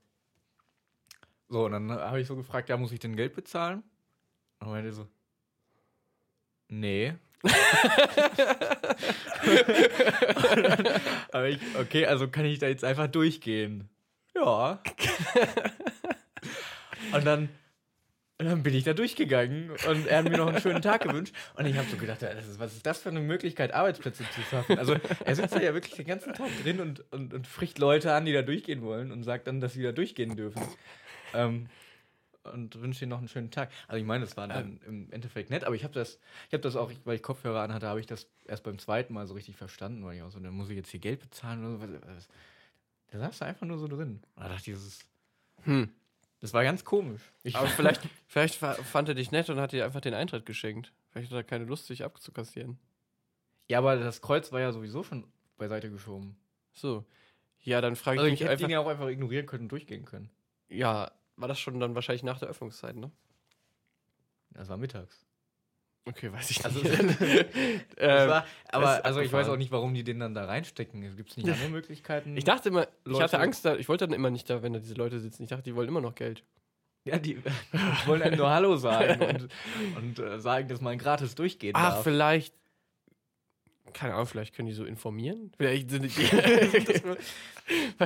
Speaker 1: so, und dann habe ich so gefragt, ja, muss ich denn Geld bezahlen? Und meinte er so, nee. <laughs> Aber ich, okay, also kann ich da jetzt einfach durchgehen? Ja. und dann, und dann bin ich da durchgegangen und er hat mir noch einen schönen Tag gewünscht. Und ich habe so gedacht, ja, das ist, was ist das für eine Möglichkeit, Arbeitsplätze zu schaffen? Also er sitzt da ja wirklich den ganzen Tag drin und, und, und fricht Leute an, die da durchgehen wollen und sagt dann, dass sie da durchgehen dürfen. Ähm, und wünsche dir noch einen schönen Tag. Also ich meine, das war dann im Endeffekt nett, aber ich habe das, ich habe das auch, weil ich Kopfhörer anhatte, habe ich das erst beim zweiten Mal so richtig verstanden, weil ich auch so, dann muss ich jetzt hier Geld bezahlen oder so. was- was- Da saß du einfach nur so drin. Und Da dachte ich, das, ist,
Speaker 2: Hm.
Speaker 1: das war ganz komisch. Ich, <laughs>
Speaker 2: Aber vielleicht, vielleicht fa- fand er dich nett und hat dir einfach den Eintritt geschenkt. Vielleicht hat er keine Lust, dich abzukassieren.
Speaker 1: ja, aber das Kreuz war ja sowieso schon beiseite geschoben.
Speaker 2: So. Ja, dann frage ich
Speaker 1: Also ich
Speaker 2: mich
Speaker 1: hätte
Speaker 2: einfach.
Speaker 1: ihn ja auch einfach ignorieren können und durchgehen können.
Speaker 2: Ja, war das schon dann wahrscheinlich nach der Öffnungszeit, ne?
Speaker 1: Das war mittags.
Speaker 2: Okay, weiß ich nicht.
Speaker 1: Also-
Speaker 2: <laughs>
Speaker 1: Das
Speaker 2: ähm,
Speaker 1: war,
Speaker 2: das
Speaker 1: aber
Speaker 2: ist
Speaker 1: also ich weiß
Speaker 2: abgefahren.
Speaker 1: auch nicht, warum die den dann da reinstecken. Gibt es
Speaker 2: <laughs>
Speaker 1: nicht andere Möglichkeiten?
Speaker 2: ich dachte immer, ich
Speaker 1: Leute-
Speaker 2: hatte Angst, da, ich wollte dann immer nicht da, wenn da diese Leute sitzen. Ich dachte, die wollen immer noch Geld.
Speaker 1: Ja, die <laughs> wollen einem nur Hallo
Speaker 2: <laughs>
Speaker 1: sagen und, und äh, sagen, dass man gratis durchgehen
Speaker 2: Ah,
Speaker 1: darf.
Speaker 2: vielleicht. Keine Ahnung, vielleicht können die so informieren.
Speaker 1: <laughs>
Speaker 2: Vielleicht sind die. <laughs> vielleicht,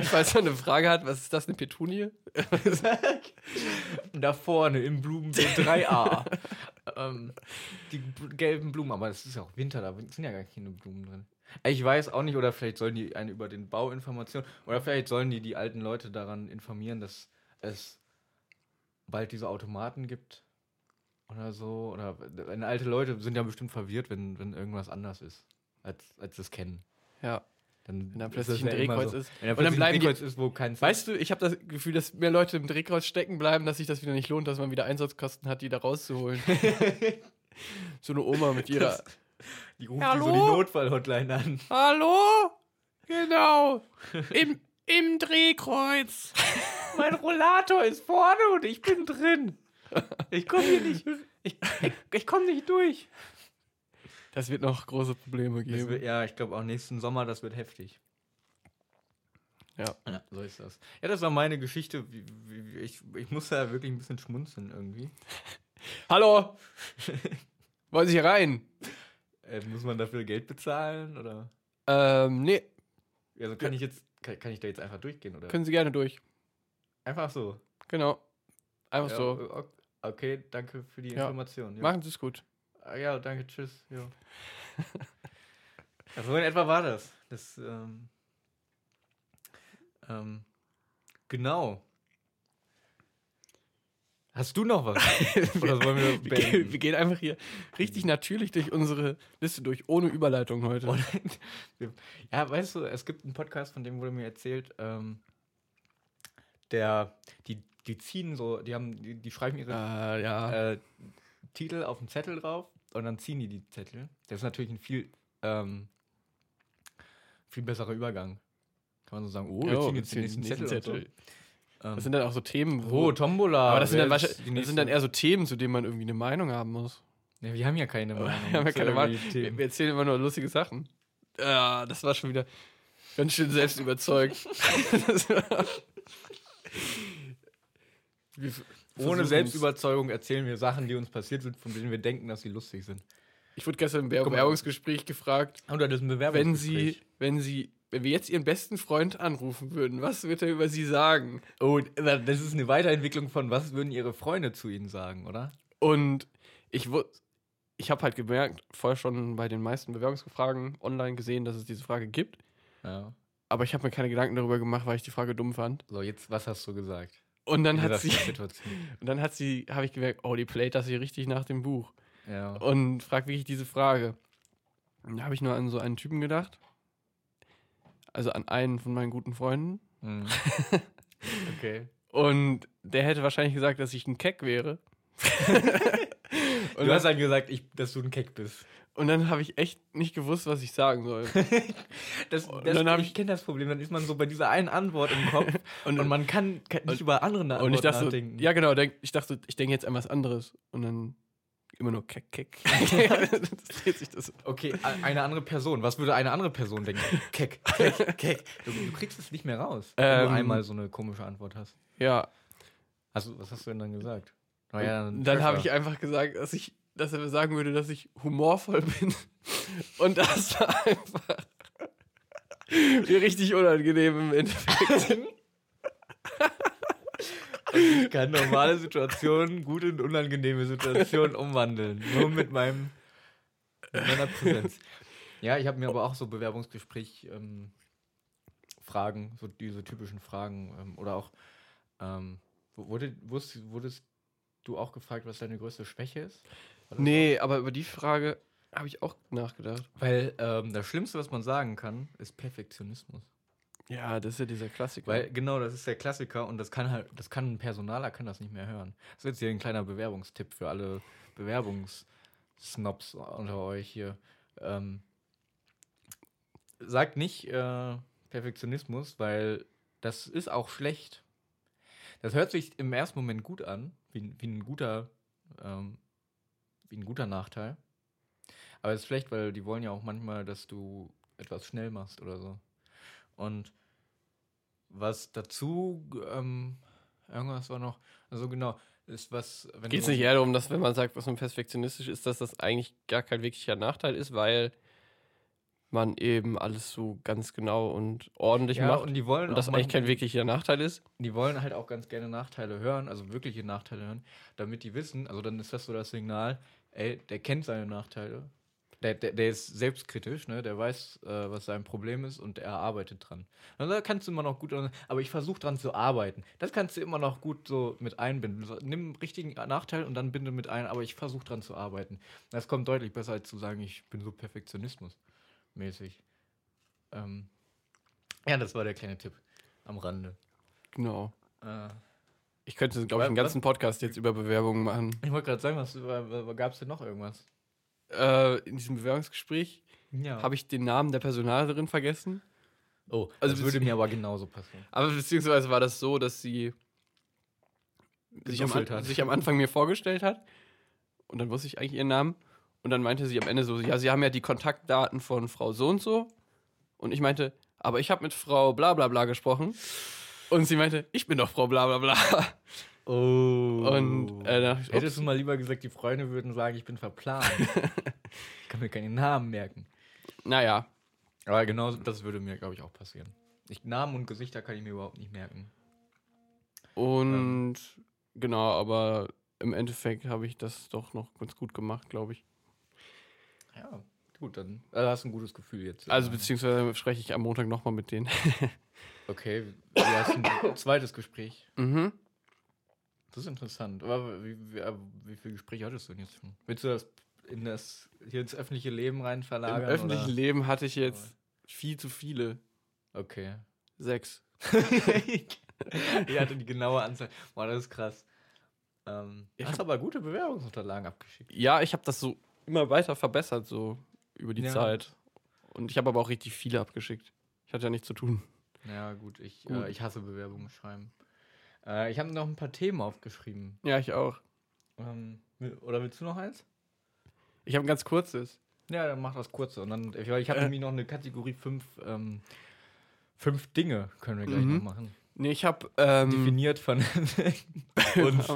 Speaker 2: falls man eine Frage hat, was ist das, eine Petunie?
Speaker 1: <laughs> da vorne im Blumenbeet
Speaker 2: <laughs>
Speaker 1: 3a. ähm, die bl- gelben Blumen, aber es ist ja auch Winter, da sind ja gar keine Blumen drin. Äh, Ich weiß auch nicht, oder vielleicht sollen die einen über den Bau informieren, oder vielleicht sollen die die alten Leute daran informieren, dass es bald diese Automaten gibt oder so. Oder wenn alte Leute sind ja bestimmt verwirrt, wenn, wenn irgendwas anders ist, als, als sie es kennen.
Speaker 2: Ja.
Speaker 1: Dann
Speaker 2: Wenn da
Speaker 1: ist
Speaker 2: plötzlich
Speaker 1: das
Speaker 2: ein
Speaker 1: ja immer
Speaker 2: Drehkreuz ist.
Speaker 1: Wenn da
Speaker 2: Und dann
Speaker 1: plötzlich ein
Speaker 2: bleiben die-
Speaker 1: Drehkreuz ist, wo kein
Speaker 2: Weißt du, ich habe das Gefühl, dass mehr Leute im Drehkreuz stecken bleiben, dass sich das wieder nicht lohnt, dass man wieder Einsatzkosten hat, die
Speaker 1: <laughs>
Speaker 2: da rauszuholen. so eine Oma mit ihrer.
Speaker 1: Das- die rufen so
Speaker 2: Hallo?
Speaker 1: die Notfall-Hotline an.
Speaker 2: Hallo? Genau. Im, im Drehkreuz.
Speaker 1: Mein Rollator ist vorne und ich bin drin. Ich komme hier nicht. Ich, ich, komme nicht durch.
Speaker 2: Das wird noch große Probleme geben.
Speaker 1: ja, ich glaube auch nächsten Sommer, das wird heftig.
Speaker 2: Ja.
Speaker 1: ja. So ist das. Ja, das war meine Geschichte. Wie- wie- wie- Ich, ich muss da wirklich ein bisschen schmunzeln irgendwie.
Speaker 2: Hallo?
Speaker 1: <laughs>
Speaker 2: Wollen Sie hier rein?
Speaker 1: Äh, muss man dafür Geld bezahlen? Oder?
Speaker 2: Ähm, nee,
Speaker 1: Also kann ich jetzt, kann, kann ich da jetzt einfach durchgehen? Oder?
Speaker 2: können Sie gerne durch.
Speaker 1: Einfach so.
Speaker 2: Genau. Einfach
Speaker 1: Ja,
Speaker 2: so.
Speaker 1: o- Okay, danke für die
Speaker 2: Ja.
Speaker 1: Information. ja.
Speaker 2: Machen Sie es gut.
Speaker 1: Ah, Ja, danke, tschüss. <laughs> Ja. also in etwa war das. Das, ähm, ähm, genau. Hast du noch <laughs> was? Oder wollen wir das
Speaker 2: Wir gehen, wir
Speaker 1: beenden?
Speaker 2: gehen einfach hier richtig natürlich durch unsere Liste durch, ohne Überleitung heute.
Speaker 1: Oder- ja, weißt du, es gibt einen Podcast, von dem wurde mir erzählt, ähm, der, die, die ziehen so, die haben, die, die schreiben ihre
Speaker 2: äh, ja.
Speaker 1: äh, Titel auf den Zettel drauf und dann ziehen die die Zettel. Das ist natürlich ein viel, ähm, viel besserer Übergang. Kann man so sagen, oh, wir
Speaker 2: Jo,
Speaker 1: ziehen jetzt den nächsten Zettel. Und so. ähm,
Speaker 2: Das sind dann auch so Themen.
Speaker 1: oh, Tombola.
Speaker 2: aber das sind,
Speaker 1: wer
Speaker 2: dann
Speaker 1: ist
Speaker 2: wahrscheinlich,
Speaker 1: die
Speaker 2: das sind
Speaker 1: nächste?
Speaker 2: dann eher so Themen, zu denen man irgendwie eine Meinung haben muss.
Speaker 1: Ja, wir haben <laughs> ja keine Meinung.
Speaker 2: <laughs> Wir, haben ja
Speaker 1: zu
Speaker 2: keine Meinung.
Speaker 1: irgendwie
Speaker 2: wir,
Speaker 1: Themen.
Speaker 2: wir erzählen immer nur lustige Sachen. Ja, das war schon wieder ganz schön
Speaker 1: <laughs>
Speaker 2: selbst überzeugt. Das war- Wir f-
Speaker 1: Ohne
Speaker 2: versuchen's.
Speaker 1: Selbstüberzeugung erzählen wir Sachen, die uns passiert sind, von denen wir denken, dass sie lustig sind.
Speaker 2: Ich wurde gestern im
Speaker 1: Guck mal.
Speaker 2: Bewerbungsgespräch gefragt,
Speaker 1: Oder das Bewerbung.
Speaker 2: wenn Sie, wenn Sie, wenn wir jetzt Ihren besten Freund anrufen würden, was wird er über Sie sagen?
Speaker 1: Oh, das ist eine Weiterentwicklung von, was würden Ihre Freunde zu Ihnen sagen, oder?
Speaker 2: Und ich wurde. Ich habe halt gemerkt, vorher schon bei den meisten Bewerbungsfragen online gesehen, dass es diese Frage gibt.
Speaker 1: Ja.
Speaker 2: Aber ich habe mir keine Gedanken darüber gemacht, weil ich die Frage dumm fand.
Speaker 1: So, jetzt, was hast du gesagt?
Speaker 2: Und dann
Speaker 1: in
Speaker 2: hat
Speaker 1: dieser
Speaker 2: sie,
Speaker 1: Situation?
Speaker 2: <laughs> und dann hat sie, habe ich gemerkt, oh, die playt das hier richtig nach dem Buch. <laughs>
Speaker 1: Ja.
Speaker 2: Und fragt wirklich diese Frage. Und da habe ich nur an so einen Typen gedacht. Also an einen von meinen guten Freunden. <laughs>
Speaker 1: Mhm. okay.
Speaker 2: Und der hätte wahrscheinlich gesagt, dass ich ein
Speaker 1: <laughs>
Speaker 2: Keck wäre. <laughs>
Speaker 1: du hast
Speaker 2: halt
Speaker 1: dann gesagt, ich, dass du ein Keck bist.
Speaker 2: Und dann habe ich echt nicht gewusst, was ich
Speaker 1: <laughs>
Speaker 2: sagen soll.
Speaker 1: Das,
Speaker 2: Und
Speaker 1: das,
Speaker 2: dann hab
Speaker 1: ich
Speaker 2: ich-
Speaker 1: kenne das Problem. Dann ist man so bei dieser einen Antwort im
Speaker 2: <laughs>
Speaker 1: Kopf und, man kann, kann nicht
Speaker 2: und-
Speaker 1: über andere Antworten
Speaker 2: Und ich dachte, so,
Speaker 1: nachdenken.
Speaker 2: ja genau, denk, ich dachte, ich denke jetzt an was anderes. Und dann immer nur keck, <laughs> keck. das dreht sich das.
Speaker 1: Okay, a- eine andere Person. Was würde eine andere Person denken? Keck,
Speaker 2: <laughs>
Speaker 1: keck, keck. Du, du kriegst es nicht mehr raus, wenn
Speaker 2: Ähm.
Speaker 1: du einmal so eine komische Antwort hast.
Speaker 2: Ja,
Speaker 1: Also, was hast du denn dann gesagt? Na ja,
Speaker 2: und dann habe
Speaker 1: Treffer.
Speaker 2: ich einfach gesagt, dass ich, dass er mir sagen würde, dass ich humorvoll bin. <laughs> Und das war einfach <laughs> mir richtig unangenehm im Endeffekt.
Speaker 1: Ich kann normale Situationen gut in unangenehme Situationen umwandeln. Nur mit meinem mit meiner Präsenz. Ja, ich habe mir aber auch so Bewerbungsgespräch ähm, Fragen, so diese typischen Fragen ähm, oder auch ähm, wurde, wusst, wurdest du auch gefragt, was deine größte Schwäche ist? Oder?
Speaker 2: Nee, aber über die Frage habe ich auch nachgedacht.
Speaker 1: Weil ähm, das Schlimmste, was man sagen kann, ist Perfektionismus.
Speaker 2: Ja, das ist ja dieser Klassiker.
Speaker 1: Weil genau, das ist der Klassiker und das kann halt, das kann ein Personaler kann das nicht mehr hören. Das ist jetzt hier ein kleiner Bewerbungstipp für alle Bewerbungssnobs unter euch hier. Ähm, sagt nicht äh, Perfektionismus, weil das ist auch schlecht. Das hört sich im ersten Moment gut an, wie, ein- wie ein guter, ähm, wie ein guter Nachteil. Aber es ist schlecht, weil die wollen ja auch manchmal, dass du etwas schnell machst oder so. Und was dazu, ähm, irgendwas war noch, also genau, ist was, wenn
Speaker 2: Geht es
Speaker 1: du-
Speaker 2: nicht eher darum, dass wenn man sagt, was man perfektionistisch ist, dass das eigentlich gar kein wirklicher Nachteil ist, weil man eben alles so ganz genau und ordentlich
Speaker 1: ja,
Speaker 2: macht
Speaker 1: und die wollen
Speaker 2: und das
Speaker 1: auch
Speaker 2: eigentlich kein
Speaker 1: manchmal-
Speaker 2: wirklicher Nachteil ist?
Speaker 1: die wollen halt auch ganz gerne Nachteile hören, also wirkliche Nachteile hören, damit die wissen, also dann ist das so das Signal, ey, der kennt seine Nachteile. Der, der, der ist selbstkritisch, ne? der weiß, äh, was sein Problem ist und er arbeitet dran. Also da kannst du immer noch gut, dran- aber ich versuche dran zu arbeiten. Das kannst du immer noch gut so mit einbinden. So, nimm einen richtigen Nachteil und dann binde mit ein, aber ich versuche dran zu arbeiten. Das kommt deutlich besser, als zu sagen, ich bin so Perfektionismus-mäßig. Ähm, ja, das war der kleine Tipp am Rande.
Speaker 2: Genau.
Speaker 1: Äh,
Speaker 2: Ich könnte, glaube ich, einen
Speaker 1: Was-
Speaker 2: ganzen Podcast jetzt über Bewerbungen machen.
Speaker 1: Ich wollte gerade sagen, was gab es denn noch irgendwas?
Speaker 2: Äh, in diesem Bewerbungsgespräch
Speaker 1: Ja.
Speaker 2: habe ich den Namen der Personalerin vergessen.
Speaker 1: oh,
Speaker 2: also
Speaker 1: also das würde
Speaker 2: bezieh-
Speaker 1: mir aber genauso passen.
Speaker 2: Aber beziehungsweise war das so, dass sie sich am,
Speaker 1: Genuffelt
Speaker 2: An-
Speaker 1: hat.
Speaker 2: sich am Anfang mir vorgestellt hat. Und dann wusste ich eigentlich ihren Namen. Und dann meinte sie am Ende so, ja, sie haben ja die Kontaktdaten von Frau so und so. Und ich meinte, aber ich habe mit Frau bla bla bla gesprochen. Und sie meinte, ich bin doch Frau bla bla bla.
Speaker 1: Oh.
Speaker 2: Und, äh, da-
Speaker 1: Hättest du mal lieber gesagt, die Freunde würden sagen, ich bin
Speaker 2: <laughs>
Speaker 1: verplant. ich kann mir keinen Namen merken.
Speaker 2: Naja,
Speaker 1: Aber genau das würde mir, glaube ich, auch passieren. Ich, Namen und Gesichter kann ich mir überhaupt nicht merken. Ähm.
Speaker 2: und genau, aber im Endeffekt habe ich das doch noch ganz gut gemacht, glaube ich.
Speaker 1: Ja, gut, dann also hast du ein gutes Gefühl jetzt.
Speaker 2: Also beziehungsweise spreche ich am Montag nochmal mit denen.
Speaker 1: Okay, wir haben ein <laughs> zweites Gespräch.
Speaker 2: mhm.
Speaker 1: Das ist interessant. Aber wie, wie, äh, wie viele Gespräche hattest du denn jetzt schon? Willst du das in das hier ins öffentliche Leben rein verlagern?
Speaker 2: Im öffentlichen
Speaker 1: oder?
Speaker 2: Leben hatte ich jetzt viel zu viele.
Speaker 1: Okay.
Speaker 2: Sechs.
Speaker 1: ich hatte die genaue Anzahl. Boah, das ist krass. Ähm,
Speaker 2: Ich
Speaker 1: hast aber gute Bewerbungsunterlagen abgeschickt.
Speaker 2: Ja, ich habe das so immer weiter verbessert, so über die
Speaker 1: Ja.
Speaker 2: Zeit. Und ich habe aber auch richtig viele abgeschickt. Ich hatte ja nichts zu tun.
Speaker 1: Ja, gut, ich,
Speaker 2: Gut.
Speaker 1: Äh, ich hasse Bewerbungen schreiben. Äh, ich habe noch ein paar Themen aufgeschrieben.
Speaker 2: <laughs> Ja, ich auch.
Speaker 1: Ähm, will- oder willst du noch eins?
Speaker 2: Ich habe ein ganz kurzes.
Speaker 1: Ja, dann mach das kurze. Und dann, ich, weil ich habe nämlich noch eine Kategorie fünf, ähm, fünf Dinge, können wir gleich
Speaker 2: Mhm.
Speaker 1: noch machen.
Speaker 2: Nee, ich habe. Ähm,
Speaker 1: Definiert
Speaker 2: <laughs>
Speaker 1: von uns.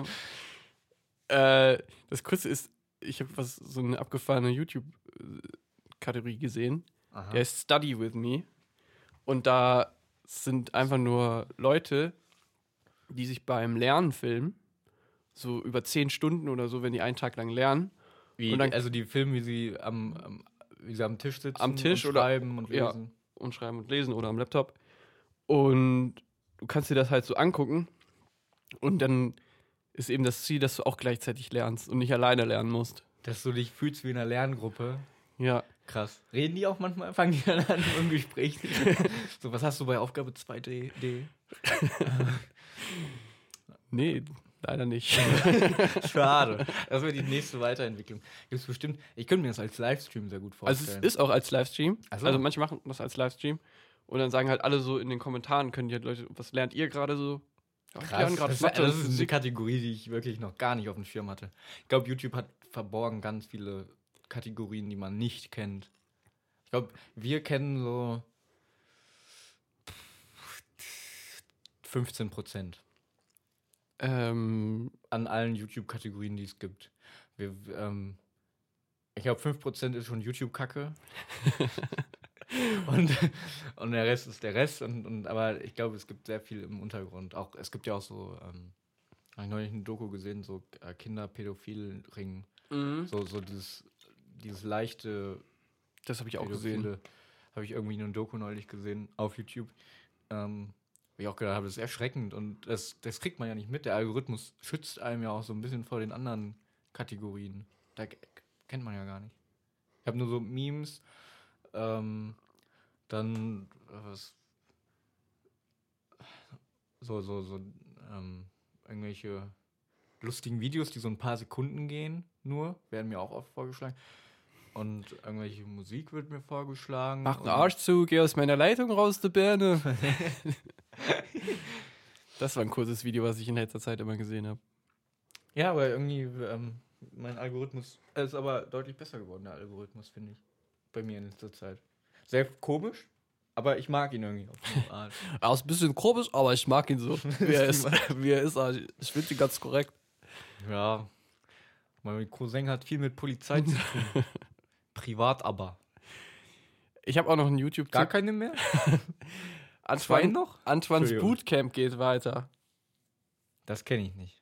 Speaker 2: äh, das kurze ist, ich habe was so eine abgefahrene YouTube-Kategorie gesehen.
Speaker 1: Aha.
Speaker 2: Der ist Study with Me. Und da sind einfach nur Leute, die sich beim Lernen filmen. So über zehn Stunden oder so, wenn die einen Tag lang lernen.
Speaker 1: Wie,
Speaker 2: und dann-
Speaker 1: also die Filme, wie sie am, am, wie sie am Tisch sitzen
Speaker 2: Am Tisch
Speaker 1: und
Speaker 2: oder-
Speaker 1: schreiben und
Speaker 2: ja.
Speaker 1: lesen.
Speaker 2: und schreiben und lesen oder am Laptop. Und du kannst dir das halt so angucken. Und dann ist eben das Ziel, dass du auch gleichzeitig lernst und nicht alleine lernen musst.
Speaker 1: Dass du dich fühlst wie in einer Lerngruppe.
Speaker 2: Ja.
Speaker 1: Krass. Reden die auch manchmal, fangen die dann an im
Speaker 2: <laughs>
Speaker 1: Gespräch. so, was hast du bei Aufgabe 2D? D?
Speaker 2: Nee, leider <laughs> nicht.
Speaker 1: Schade. Das wäre die nächste Weiterentwicklung. Gibt's bestimmt, ich könnte mir das als Livestream sehr gut
Speaker 2: also es
Speaker 1: vorstellen.
Speaker 2: ist auch als Livestream.
Speaker 1: Ach so.
Speaker 2: Also manche machen das als Livestream. Und dann sagen halt alle so in den Kommentaren, können die halt Leute, was lernt ihr gerade so? Ja, ich lerne
Speaker 1: krass.
Speaker 2: gerade
Speaker 1: Das, ist-
Speaker 2: Mathe und
Speaker 1: das ist eine
Speaker 2: Physik.
Speaker 1: Kategorie, die ich wirklich noch gar nicht auf dem Schirm hatte. Ich glaube, YouTube hat verborgen ganz viele Kategorien, die man nicht kennt. Ich glaube, wir kennen so 15 Prozent.
Speaker 2: Ähm,
Speaker 1: an allen YouTube-Kategorien, die es gibt. Wir, ähm, ich glaube, 5% ist schon YouTube-Kacke. und, und der Rest ist der Rest. Und, und, aber ich glaube, es gibt sehr viel im Untergrund. Auch, es gibt ja auch so, ähm, habe ich neulich eine Doku gesehen, so äh, Kinder-Pädophil-Ring.
Speaker 2: mhm.
Speaker 1: So, so dieses, dieses leichte
Speaker 2: Das habe ich auch gesehen.
Speaker 1: Habe ich irgendwie in einem Doku neulich gesehen auf YouTube. Ähm, Weil ich auch gedacht habe, das ist erschreckend und das, das kriegt man ja nicht mit. Der Algorithmus schützt einem ja auch so ein bisschen vor den anderen Kategorien. Da k- kennt man ja gar nicht. Ich habe nur so Memes, ähm, dann äh, was, so, so, so ähm, irgendwelche lustigen Videos, die so ein paar Sekunden gehen, nur, werden mir auch oft vorgeschlagen. Und irgendwelche Musik wird mir vorgeschlagen.
Speaker 2: Mach einen
Speaker 1: und-
Speaker 2: Arsch zu, geh aus meiner Leitung raus,
Speaker 1: <laughs>
Speaker 2: du Birne. das war ein kurzes Video, was ich in letzter Zeit immer gesehen habe.
Speaker 1: Ja, aber irgendwie, ähm, mein Algorithmus er ist aber deutlich besser geworden, der Algorithmus, finde ich. Bei mir in letzter Zeit. Sehr komisch, aber ich mag ihn irgendwie auf eine
Speaker 2: <laughs>
Speaker 1: Art.
Speaker 2: Er ist ein bisschen komisch, aber ich mag
Speaker 1: <laughs>
Speaker 2: ihn so. Wie er ist, wie er ist aber ich finde ihn ganz korrekt.
Speaker 1: ja. Mein Cousin hat viel mit Polizei zu tun. <laughs> Privat aber.
Speaker 2: Ich habe auch noch einen YouTube-Tipp.
Speaker 1: Gar keine mehr? Zwei
Speaker 2: Antoine,
Speaker 1: noch?
Speaker 2: Antoines
Speaker 1: Entschuldigung.
Speaker 2: Bootcamp geht weiter.
Speaker 1: Das kenne ich nicht.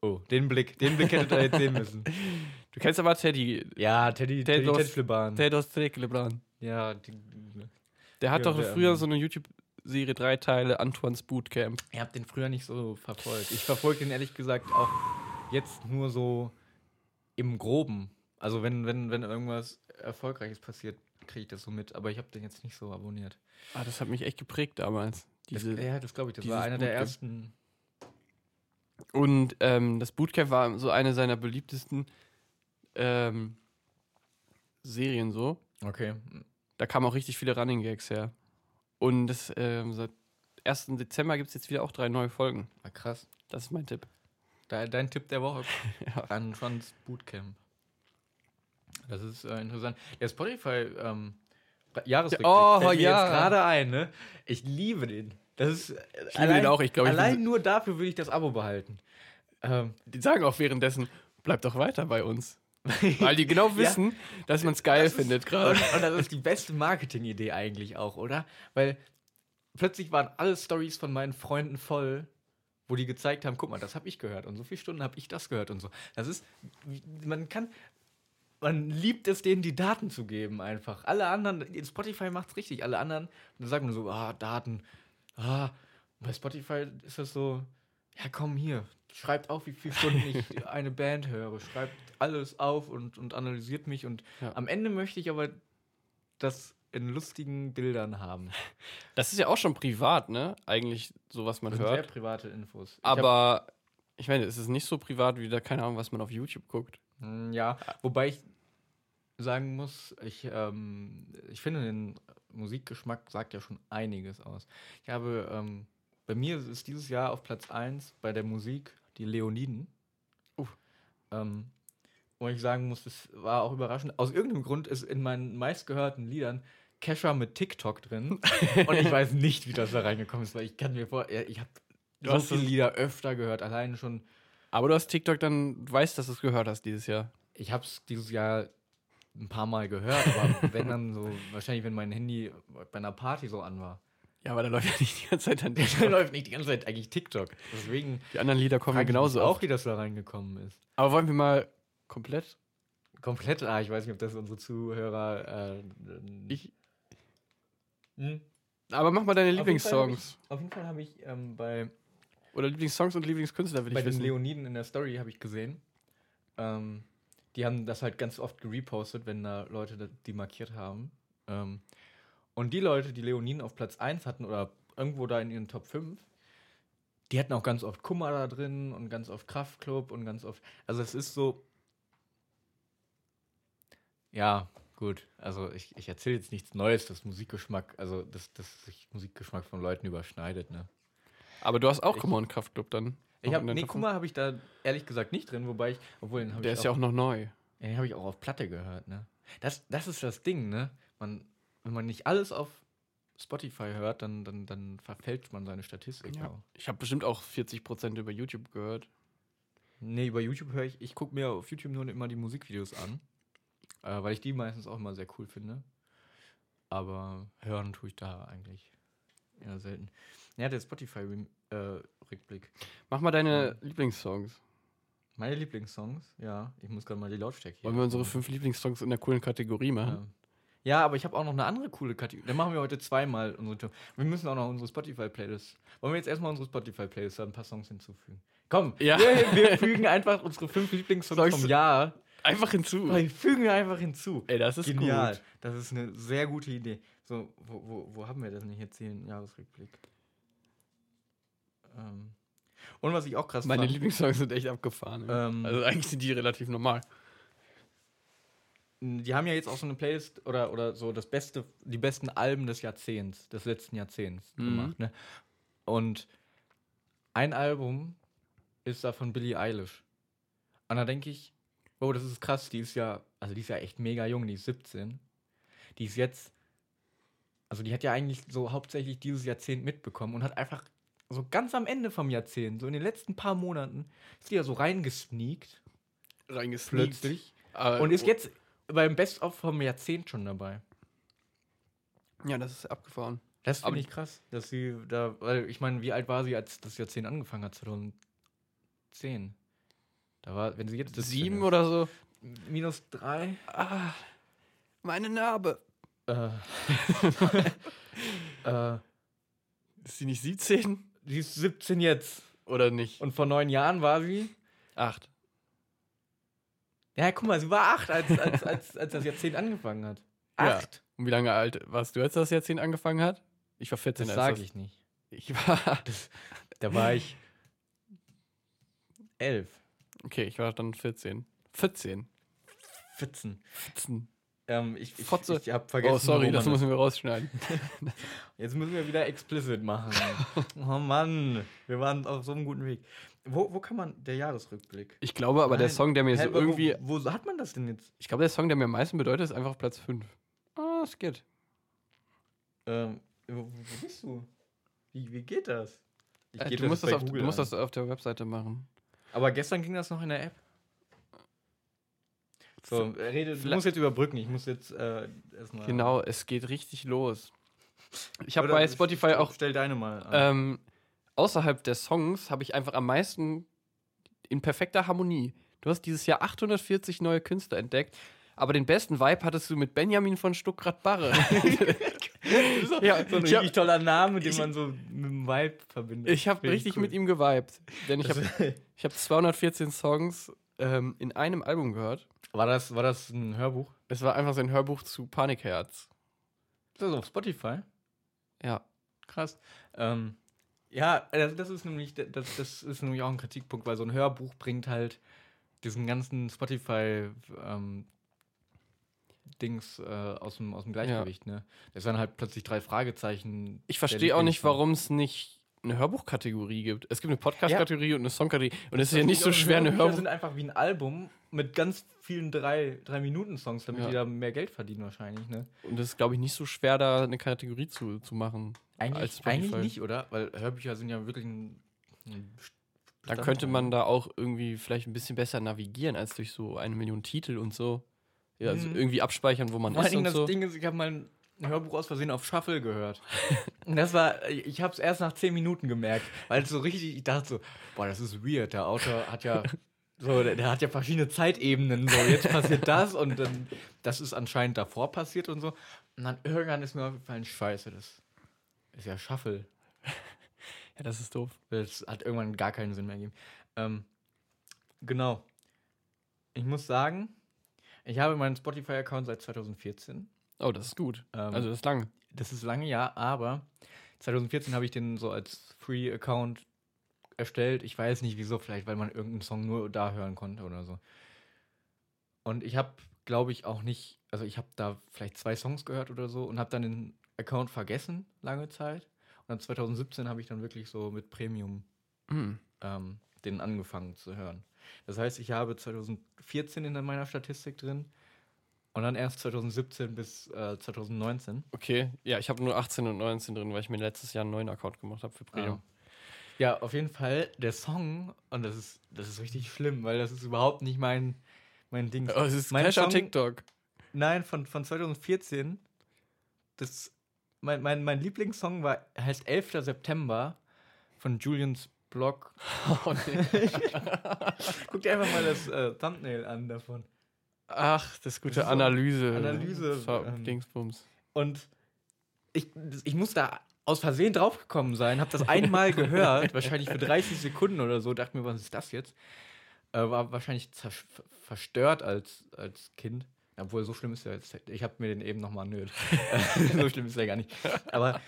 Speaker 1: Oh, den Blick. Den Blick hättet ihr jetzt sehen müssen.
Speaker 2: Du kennst aber Teddy.
Speaker 1: <laughs> Ja, Teddy, Teddy,
Speaker 2: Tedros-
Speaker 1: Teddy Flibban.
Speaker 2: Tedros Träglebran.
Speaker 1: ja, die, ne.
Speaker 2: Der hat
Speaker 1: Ja,
Speaker 2: doch
Speaker 1: der,
Speaker 2: früher
Speaker 1: ähm,
Speaker 2: so eine YouTube-Serie, drei Teile, Antoines Bootcamp.
Speaker 1: Ich habe den früher nicht so verfolgt. Ich verfolge den ehrlich gesagt auch jetzt nur so im Groben. Also wenn, wenn, wenn irgendwas Erfolgreiches passiert, kriege ich das so mit. Aber ich habe den jetzt nicht so abonniert.
Speaker 2: Ah, das hat mich echt geprägt damals. Diese,
Speaker 1: das, ja, das glaube ich. Das
Speaker 2: dieses
Speaker 1: war einer der
Speaker 2: Bootcamp.
Speaker 1: ersten.
Speaker 2: Und ähm, das Bootcamp war so eine seiner beliebtesten ähm, Serien so.
Speaker 1: Okay.
Speaker 2: Da kamen auch richtig viele Running Gags her. Und das, ähm, seit 1. Dezember gibt es jetzt wieder auch drei neue Folgen.
Speaker 1: War krass.
Speaker 2: Das ist mein Tipp.
Speaker 1: De- Dein Tipp der Woche.
Speaker 2: <laughs> Ja.
Speaker 1: An Trans Bootcamp. Das ist äh, interessant. Der Spotify ähm, Jahresrückblick
Speaker 2: Oh,
Speaker 1: fällt mir
Speaker 2: ja.
Speaker 1: jetzt gerade ein. Ne? Ich liebe den. Das ist
Speaker 2: Ich liebe den auch, ich glaube, ich will-
Speaker 1: allein nur dafür würde ich das Abo behalten. Ähm,
Speaker 2: Die sagen auch währenddessen, bleibt doch weiter bei <laughs> uns. Weil die genau wissen, dass man es geil findet gerade.
Speaker 1: Und, und das ist die beste Marketing-Idee eigentlich auch, oder? Weil plötzlich waren alle Stories von meinen Freunden voll, wo die gezeigt haben, guck mal, das habe ich gehört und so viele Stunden habe ich das gehört und so. Das ist, man kann, man liebt es, denen die Daten zu geben einfach. Alle anderen, Spotify macht's richtig, alle anderen dann sagen nur so, ah, Daten, ah, bei Spotify ist das so, ja komm hier, schreibt auf, wie viele Stunden
Speaker 2: <laughs>
Speaker 1: ich eine Band höre, schreibt alles auf und, und analysiert mich und
Speaker 2: Ja.
Speaker 1: am Ende möchte ich aber das in lustigen Bildern haben.
Speaker 2: Das ist ja auch schon privat, ne? Eigentlich so, was man
Speaker 1: Das sind Also sehr
Speaker 2: hört.
Speaker 1: private Infos. Ich hab,
Speaker 2: Aber ich meine, es ist nicht so privat wie da, keine Ahnung, was man auf YouTube guckt.
Speaker 1: Mm, ja, wobei ich sagen muss, ich, ähm, ich finde, den Musikgeschmack sagt ja schon einiges aus. Ich habe, ähm, bei mir ist dieses Jahr auf Platz 1 bei der Musik die Leoniden.
Speaker 2: Uff.
Speaker 1: Ähm, wo ich sagen muss, das war auch überraschend. Aus irgendeinem Grund ist in meinen meistgehörten Liedern Kesha mit TikTok
Speaker 2: <laughs>
Speaker 1: drin. und ich weiß nicht, wie das da reingekommen ist, weil ich kann mir vor, ja, ich habe
Speaker 2: Du
Speaker 1: so
Speaker 2: hast
Speaker 1: viele
Speaker 2: das-
Speaker 1: Lieder öfter gehört, allein schon
Speaker 2: Aber du hast TikTok dann, du weißt, dass du es gehört hast dieses Jahr.
Speaker 1: ich habe es dieses Jahr ein paar Mal gehört, <laughs> aber wenn dann so, wahrscheinlich wenn mein Handy bei einer Party so an <laughs> war,
Speaker 2: Ja, aber da läuft ja nicht die ganze Zeit <laughs> dann
Speaker 1: dann läuft nicht die ganze Zeit eigentlich TikTok. Deswegen
Speaker 2: Die anderen Lieder kommen ja
Speaker 1: frag ich
Speaker 2: genauso
Speaker 1: mich
Speaker 2: auch.
Speaker 1: auch, wie das da reingekommen ist.
Speaker 2: Aber wollen wir mal komplett?
Speaker 1: Komplett, ah, ich weiß nicht, ob das unsere Zuhörer. Äh,
Speaker 2: Ich-
Speaker 1: Hm?
Speaker 2: Aber mach mal deine
Speaker 1: Auf jeden Fall hab
Speaker 2: Lieblingssongs.
Speaker 1: ich- Auf jeden Fall habe ich ähm, bei
Speaker 2: Oder Lieblingssongs und Lieblingskünstler will
Speaker 1: bei
Speaker 2: ich
Speaker 1: den
Speaker 2: wissen.
Speaker 1: Leoniden in der Story habe ich gesehen. Ähm, die haben das halt ganz oft gerepostet, wenn da Leute da- die markiert haben. Ähm, und die Leute, die Leoniden auf Platz 1 hatten oder irgendwo da in ihren Top 5, die hatten auch ganz oft Kummer da drin und ganz oft Kraftclub und ganz oft. Also es ist so. Ja, gut. Also ich, ich erzähle jetzt nichts Neues, dass Musikgeschmack, also dass, dass sich Musikgeschmack von Leuten überschneidet, ne?
Speaker 2: Aber du hast auch
Speaker 1: Ich-
Speaker 2: Kummer und Kraftclub dann.
Speaker 1: Ich
Speaker 2: Auch
Speaker 1: habe
Speaker 2: in der
Speaker 1: nee,
Speaker 2: Top-
Speaker 1: Kummer habe ich da ehrlich gesagt nicht drin, wobei ich, obwohl den habe
Speaker 2: Der
Speaker 1: ich
Speaker 2: ist ja auch noch neu.
Speaker 1: ja, den habe ich auch auf Platte gehört, ne? Das, das ist das Ding, ne? Man, wenn man nicht alles auf Spotify hört, dann, dann, dann verfälscht man seine Statistik
Speaker 2: Ja.
Speaker 1: auch.
Speaker 2: Ich habe bestimmt auch 40% über YouTube gehört.
Speaker 1: Nee, über YouTube höre ich, ich gucke mir auf YouTube nur immer die Musikvideos an, äh, weil ich die meistens auch immer sehr cool finde. Aber hören tue ich da eigentlich eher selten. Ja, der äh, Spotify-Rückblick.
Speaker 2: Mach mal deine Lieblingssongs.
Speaker 1: Meine Lieblingssongs, ja, ich muss gerade mal die Lautstärke hier
Speaker 2: Wollen wir unsere
Speaker 1: anmachen.
Speaker 2: fünf Lieblingssongs in der coolen Kategorie machen?
Speaker 1: Ja. Ähm, Ja, aber ich habe auch noch eine andere coole Kategorie. Dann machen wir heute zweimal unsere Tour. Wir müssen auch noch unsere Spotify-Playlist. Wollen wir jetzt erstmal unsere Spotify-Playlist ein paar Songs hinzufügen? Komm,
Speaker 2: Ja.
Speaker 1: wir, wir fügen einfach unsere fünf Lieblingssongs
Speaker 2: Songs-
Speaker 1: vom Jahr.
Speaker 2: Einfach hinzu.
Speaker 1: Die fügen wir einfach hinzu.
Speaker 2: Ey, Uh. das ist
Speaker 1: Genial.
Speaker 2: gut.
Speaker 1: Das ist eine sehr gute Idee. So, wo, wo, wo haben wir das denn jetzt hier im Jahresrückblick? Ähm. Und was ich auch krass
Speaker 2: Meine
Speaker 1: fand-
Speaker 2: Lieblingssongs sind echt abgefahren. ey.
Speaker 1: Ähm.
Speaker 2: also eigentlich sind die relativ normal.
Speaker 1: Die haben ja jetzt auch so eine Playlist oder, oder so das beste, die besten Alben des Jahrzehnts, des letzten Jahrzehnts
Speaker 2: Mhm.
Speaker 1: gemacht. Ne? Und ein Album ist da von Billie Eilish. Und da denke ich, wow, das ist krass, die ist ja, also die ist ja echt mega jung, die ist 17. Die ist jetzt, also die hat ja eigentlich so hauptsächlich dieses Jahrzehnt mitbekommen und hat einfach so ganz am Ende vom Jahrzehnt, so in den letzten paar Monaten, ist die ja so reingesneakt,
Speaker 2: Reingesneakt.
Speaker 1: plötzlich.
Speaker 2: Aber-
Speaker 1: Und ist jetzt beim Best-of vom Jahrzehnt schon dabei.
Speaker 2: Ja, das ist abgefahren.
Speaker 1: Das
Speaker 2: Aber-
Speaker 1: finde ich krass, dass sie da, weil ich meine, wie alt war sie, als das Jahrzehnt angefangen hat? 2010. Da war, wenn sie jetzt. 17
Speaker 2: Sieben
Speaker 1: ist.
Speaker 2: oder so?
Speaker 1: Minus drei.
Speaker 2: Ah, meine Narbe.
Speaker 1: Äh. <laughs> äh,
Speaker 2: Ist sie nicht 17?
Speaker 1: sie ist 17 jetzt.
Speaker 2: Oder nicht?
Speaker 1: Und vor neun Jahren war sie.
Speaker 2: Acht.
Speaker 1: Ja, guck mal, sie war acht, als, als, als, als das Jahrzehnt angefangen hat.
Speaker 2: Ja.
Speaker 1: Acht?
Speaker 2: Und wie lange alt warst du, als das Jahrzehnt angefangen hat? Ich war 14,
Speaker 1: Das
Speaker 2: als
Speaker 1: sage ich nicht.
Speaker 2: Ich war. <laughs>
Speaker 1: Da war ich elf,
Speaker 2: Okay, ich war dann 14. 14.
Speaker 1: 14.
Speaker 2: 14.
Speaker 1: Ähm, ich, ich,
Speaker 2: Fotze.
Speaker 1: ich hab vergessen.
Speaker 2: oh, sorry,
Speaker 1: wo
Speaker 2: das
Speaker 1: man
Speaker 2: müssen wir rausschneiden.
Speaker 1: Jetzt müssen wir wieder explicit
Speaker 2: <laughs>
Speaker 1: machen. oh Mann, wir waren auf so einem guten Weg. Wo, wo kann man der Jahresrückblick?
Speaker 2: Ich glaube aber, der
Speaker 1: Nein.
Speaker 2: Song, der mir
Speaker 1: Hä,
Speaker 2: so
Speaker 1: aber
Speaker 2: irgendwie.
Speaker 1: Wo, wo hat man das denn jetzt?
Speaker 2: Ich glaube, der Song, der mir am meisten bedeutet, ist einfach Platz 5. Ah, es geht.
Speaker 1: Ähm, wo, wo bist du? Wie, wie geht das? Ich
Speaker 2: Äh,
Speaker 1: geb
Speaker 2: du, musst das
Speaker 1: bei
Speaker 2: auf, du
Speaker 1: Google
Speaker 2: musst
Speaker 1: an.
Speaker 2: das auf der Webseite machen.
Speaker 1: Aber gestern ging das noch in der App. So, rede, du
Speaker 2: Vielleicht-
Speaker 1: musst jetzt überbrücken. Ich muss jetzt äh, erstmal.
Speaker 2: Genau, es geht richtig los. Ich habe
Speaker 1: Oder
Speaker 2: bei
Speaker 1: ich-
Speaker 2: Spotify auch
Speaker 1: Stell deine mal an.
Speaker 2: Ähm, außerhalb der Songs habe ich einfach am meisten in perfekter Harmonie. Du hast dieses Jahr 840 neue Künstler entdeckt, aber den besten Vibe hattest du mit Benjamin von
Speaker 1: <laughs>
Speaker 2: Stuckrad-Barre.
Speaker 1: so,
Speaker 2: ja,
Speaker 1: <laughs> so ein
Speaker 2: ich hab-
Speaker 1: richtig toller Name, den
Speaker 2: ich-
Speaker 1: man so mit dem Vibe verbindet.
Speaker 2: ich habe
Speaker 1: Finde
Speaker 2: richtig
Speaker 1: cool.
Speaker 2: mit ihm gewibed, denn ich habe
Speaker 1: Das-
Speaker 2: ich hab 214 Songs ähm, in einem Album gehört.
Speaker 1: War das, war das ein Hörbuch?
Speaker 2: Es war einfach sein Hörbuch zu Panikherz.
Speaker 1: Ist das auf Spotify?
Speaker 2: Ja.
Speaker 1: Krass. Ähm, ja, also das ist nämlich, das, das ist nämlich auch ein Kritikpunkt, weil so ein Hörbuch bringt halt diesen ganzen Spotify ähm, Dings äh, aus, dem, aus dem Gleichgewicht, ne? Das sind halt plötzlich drei Fragezeichen.
Speaker 2: Ich
Speaker 1: der
Speaker 2: verstehe auch nicht,
Speaker 1: Lieblingssong.
Speaker 2: warum es nicht eine Hörbuchkategorie gibt. Es gibt eine Podcast-Kategorie und eine Songkategorie. Und es ist ja nicht so
Speaker 1: Und
Speaker 2: schwer, eine
Speaker 1: Hörbücher
Speaker 2: Hörbuch.
Speaker 1: sind einfach wie ein Album mit ganz vielen drei, drei Minuten Songs, damit
Speaker 2: Ja.
Speaker 1: die da mehr Geld verdienen wahrscheinlich, ne?
Speaker 2: Und es ist, glaube ich, nicht so schwer, da eine Kategorie zu, zu machen. Als
Speaker 1: Eigentlich,
Speaker 2: Spotify.
Speaker 1: eigentlich nicht, oder? Weil Hörbücher sind ja wirklich ein, ein
Speaker 2: Da könnte man da auch irgendwie vielleicht ein bisschen besser navigieren, als durch so eine Million Titel und so. Ja, also
Speaker 1: Mhm.
Speaker 2: irgendwie abspeichern, wo man
Speaker 1: Vor allen
Speaker 2: ist
Speaker 1: Dingen
Speaker 2: und
Speaker 1: das
Speaker 2: so.
Speaker 1: Ding ist, ich habe mein Hörbuch aus Versehen auf Shuffle gehört. <laughs> Und das war, ich habe es erst nach zehn Minuten gemerkt, weil es so richtig, ich dachte so, boah, das ist weird. Der Autor hat ja, so, der, der hat ja verschiedene Zeitebenen. So, jetzt passiert das und dann, das ist anscheinend davor passiert und so. Und dann irgendwann ist mir aufgefallen, scheiße, das ist ja Shuffle.
Speaker 2: Ja, das ist doof.
Speaker 1: Das hat irgendwann gar keinen Sinn mehr gegeben. Ähm, genau. Ich muss sagen, ich habe meinen Spotify-Account seit 2014.
Speaker 2: Oh, das ist gut.
Speaker 1: Ähm,
Speaker 2: also das ist lang.
Speaker 1: Das ist lange, ja, aber 2014 habe ich den so als Free-Account erstellt. Ich weiß nicht wieso, vielleicht weil man irgendeinen Song nur da hören konnte oder so. Und ich habe, glaube ich, auch nicht, also ich habe da vielleicht zwei Songs gehört oder so und habe dann den Account vergessen, lange Zeit. Und dann 2017 habe ich dann wirklich so mit Premium
Speaker 2: Hm.
Speaker 1: ähm, den angefangen zu hören. Das heißt, ich habe 2014 in meiner Statistik drin und dann erst 2017 bis äh, 2019.
Speaker 2: Okay, ja, ich habe nur 18 und 19 drin, weil ich mir letztes Jahr einen neuen Account gemacht habe für Premium.
Speaker 1: Ähm, Ah. Ja, auf jeden Fall der Song, und das ist, das ist richtig schlimm, weil das ist überhaupt nicht mein, mein Ding.
Speaker 2: Oh, es ist
Speaker 1: mein
Speaker 2: Clash auf
Speaker 1: Song-
Speaker 2: TikTok. <laughs>
Speaker 1: Nein, von, von 2014, das, mein, mein, mein Lieblingssong war, heißt 11. September von Julians Blog.
Speaker 2: Oh, nee.
Speaker 1: <laughs> Guck dir einfach mal das äh, Thumbnail an davon.
Speaker 2: Ach, das gute
Speaker 1: Das ist so
Speaker 2: Analyse.
Speaker 1: Analyse,
Speaker 2: So,
Speaker 1: ähm,
Speaker 2: Dingsbums.
Speaker 1: Und ich, ich muss da aus Versehen draufgekommen sein, habe das einmal gehört, wahrscheinlich für 30 Sekunden oder so, dachte mir, was ist das jetzt? Äh, war wahrscheinlich zersch- ver- verstört als, als Kind. Obwohl, so schlimm ist ja jetzt. Ich habe mir den eben nochmal nöd. <laughs> so schlimm ist ja gar nicht. Aber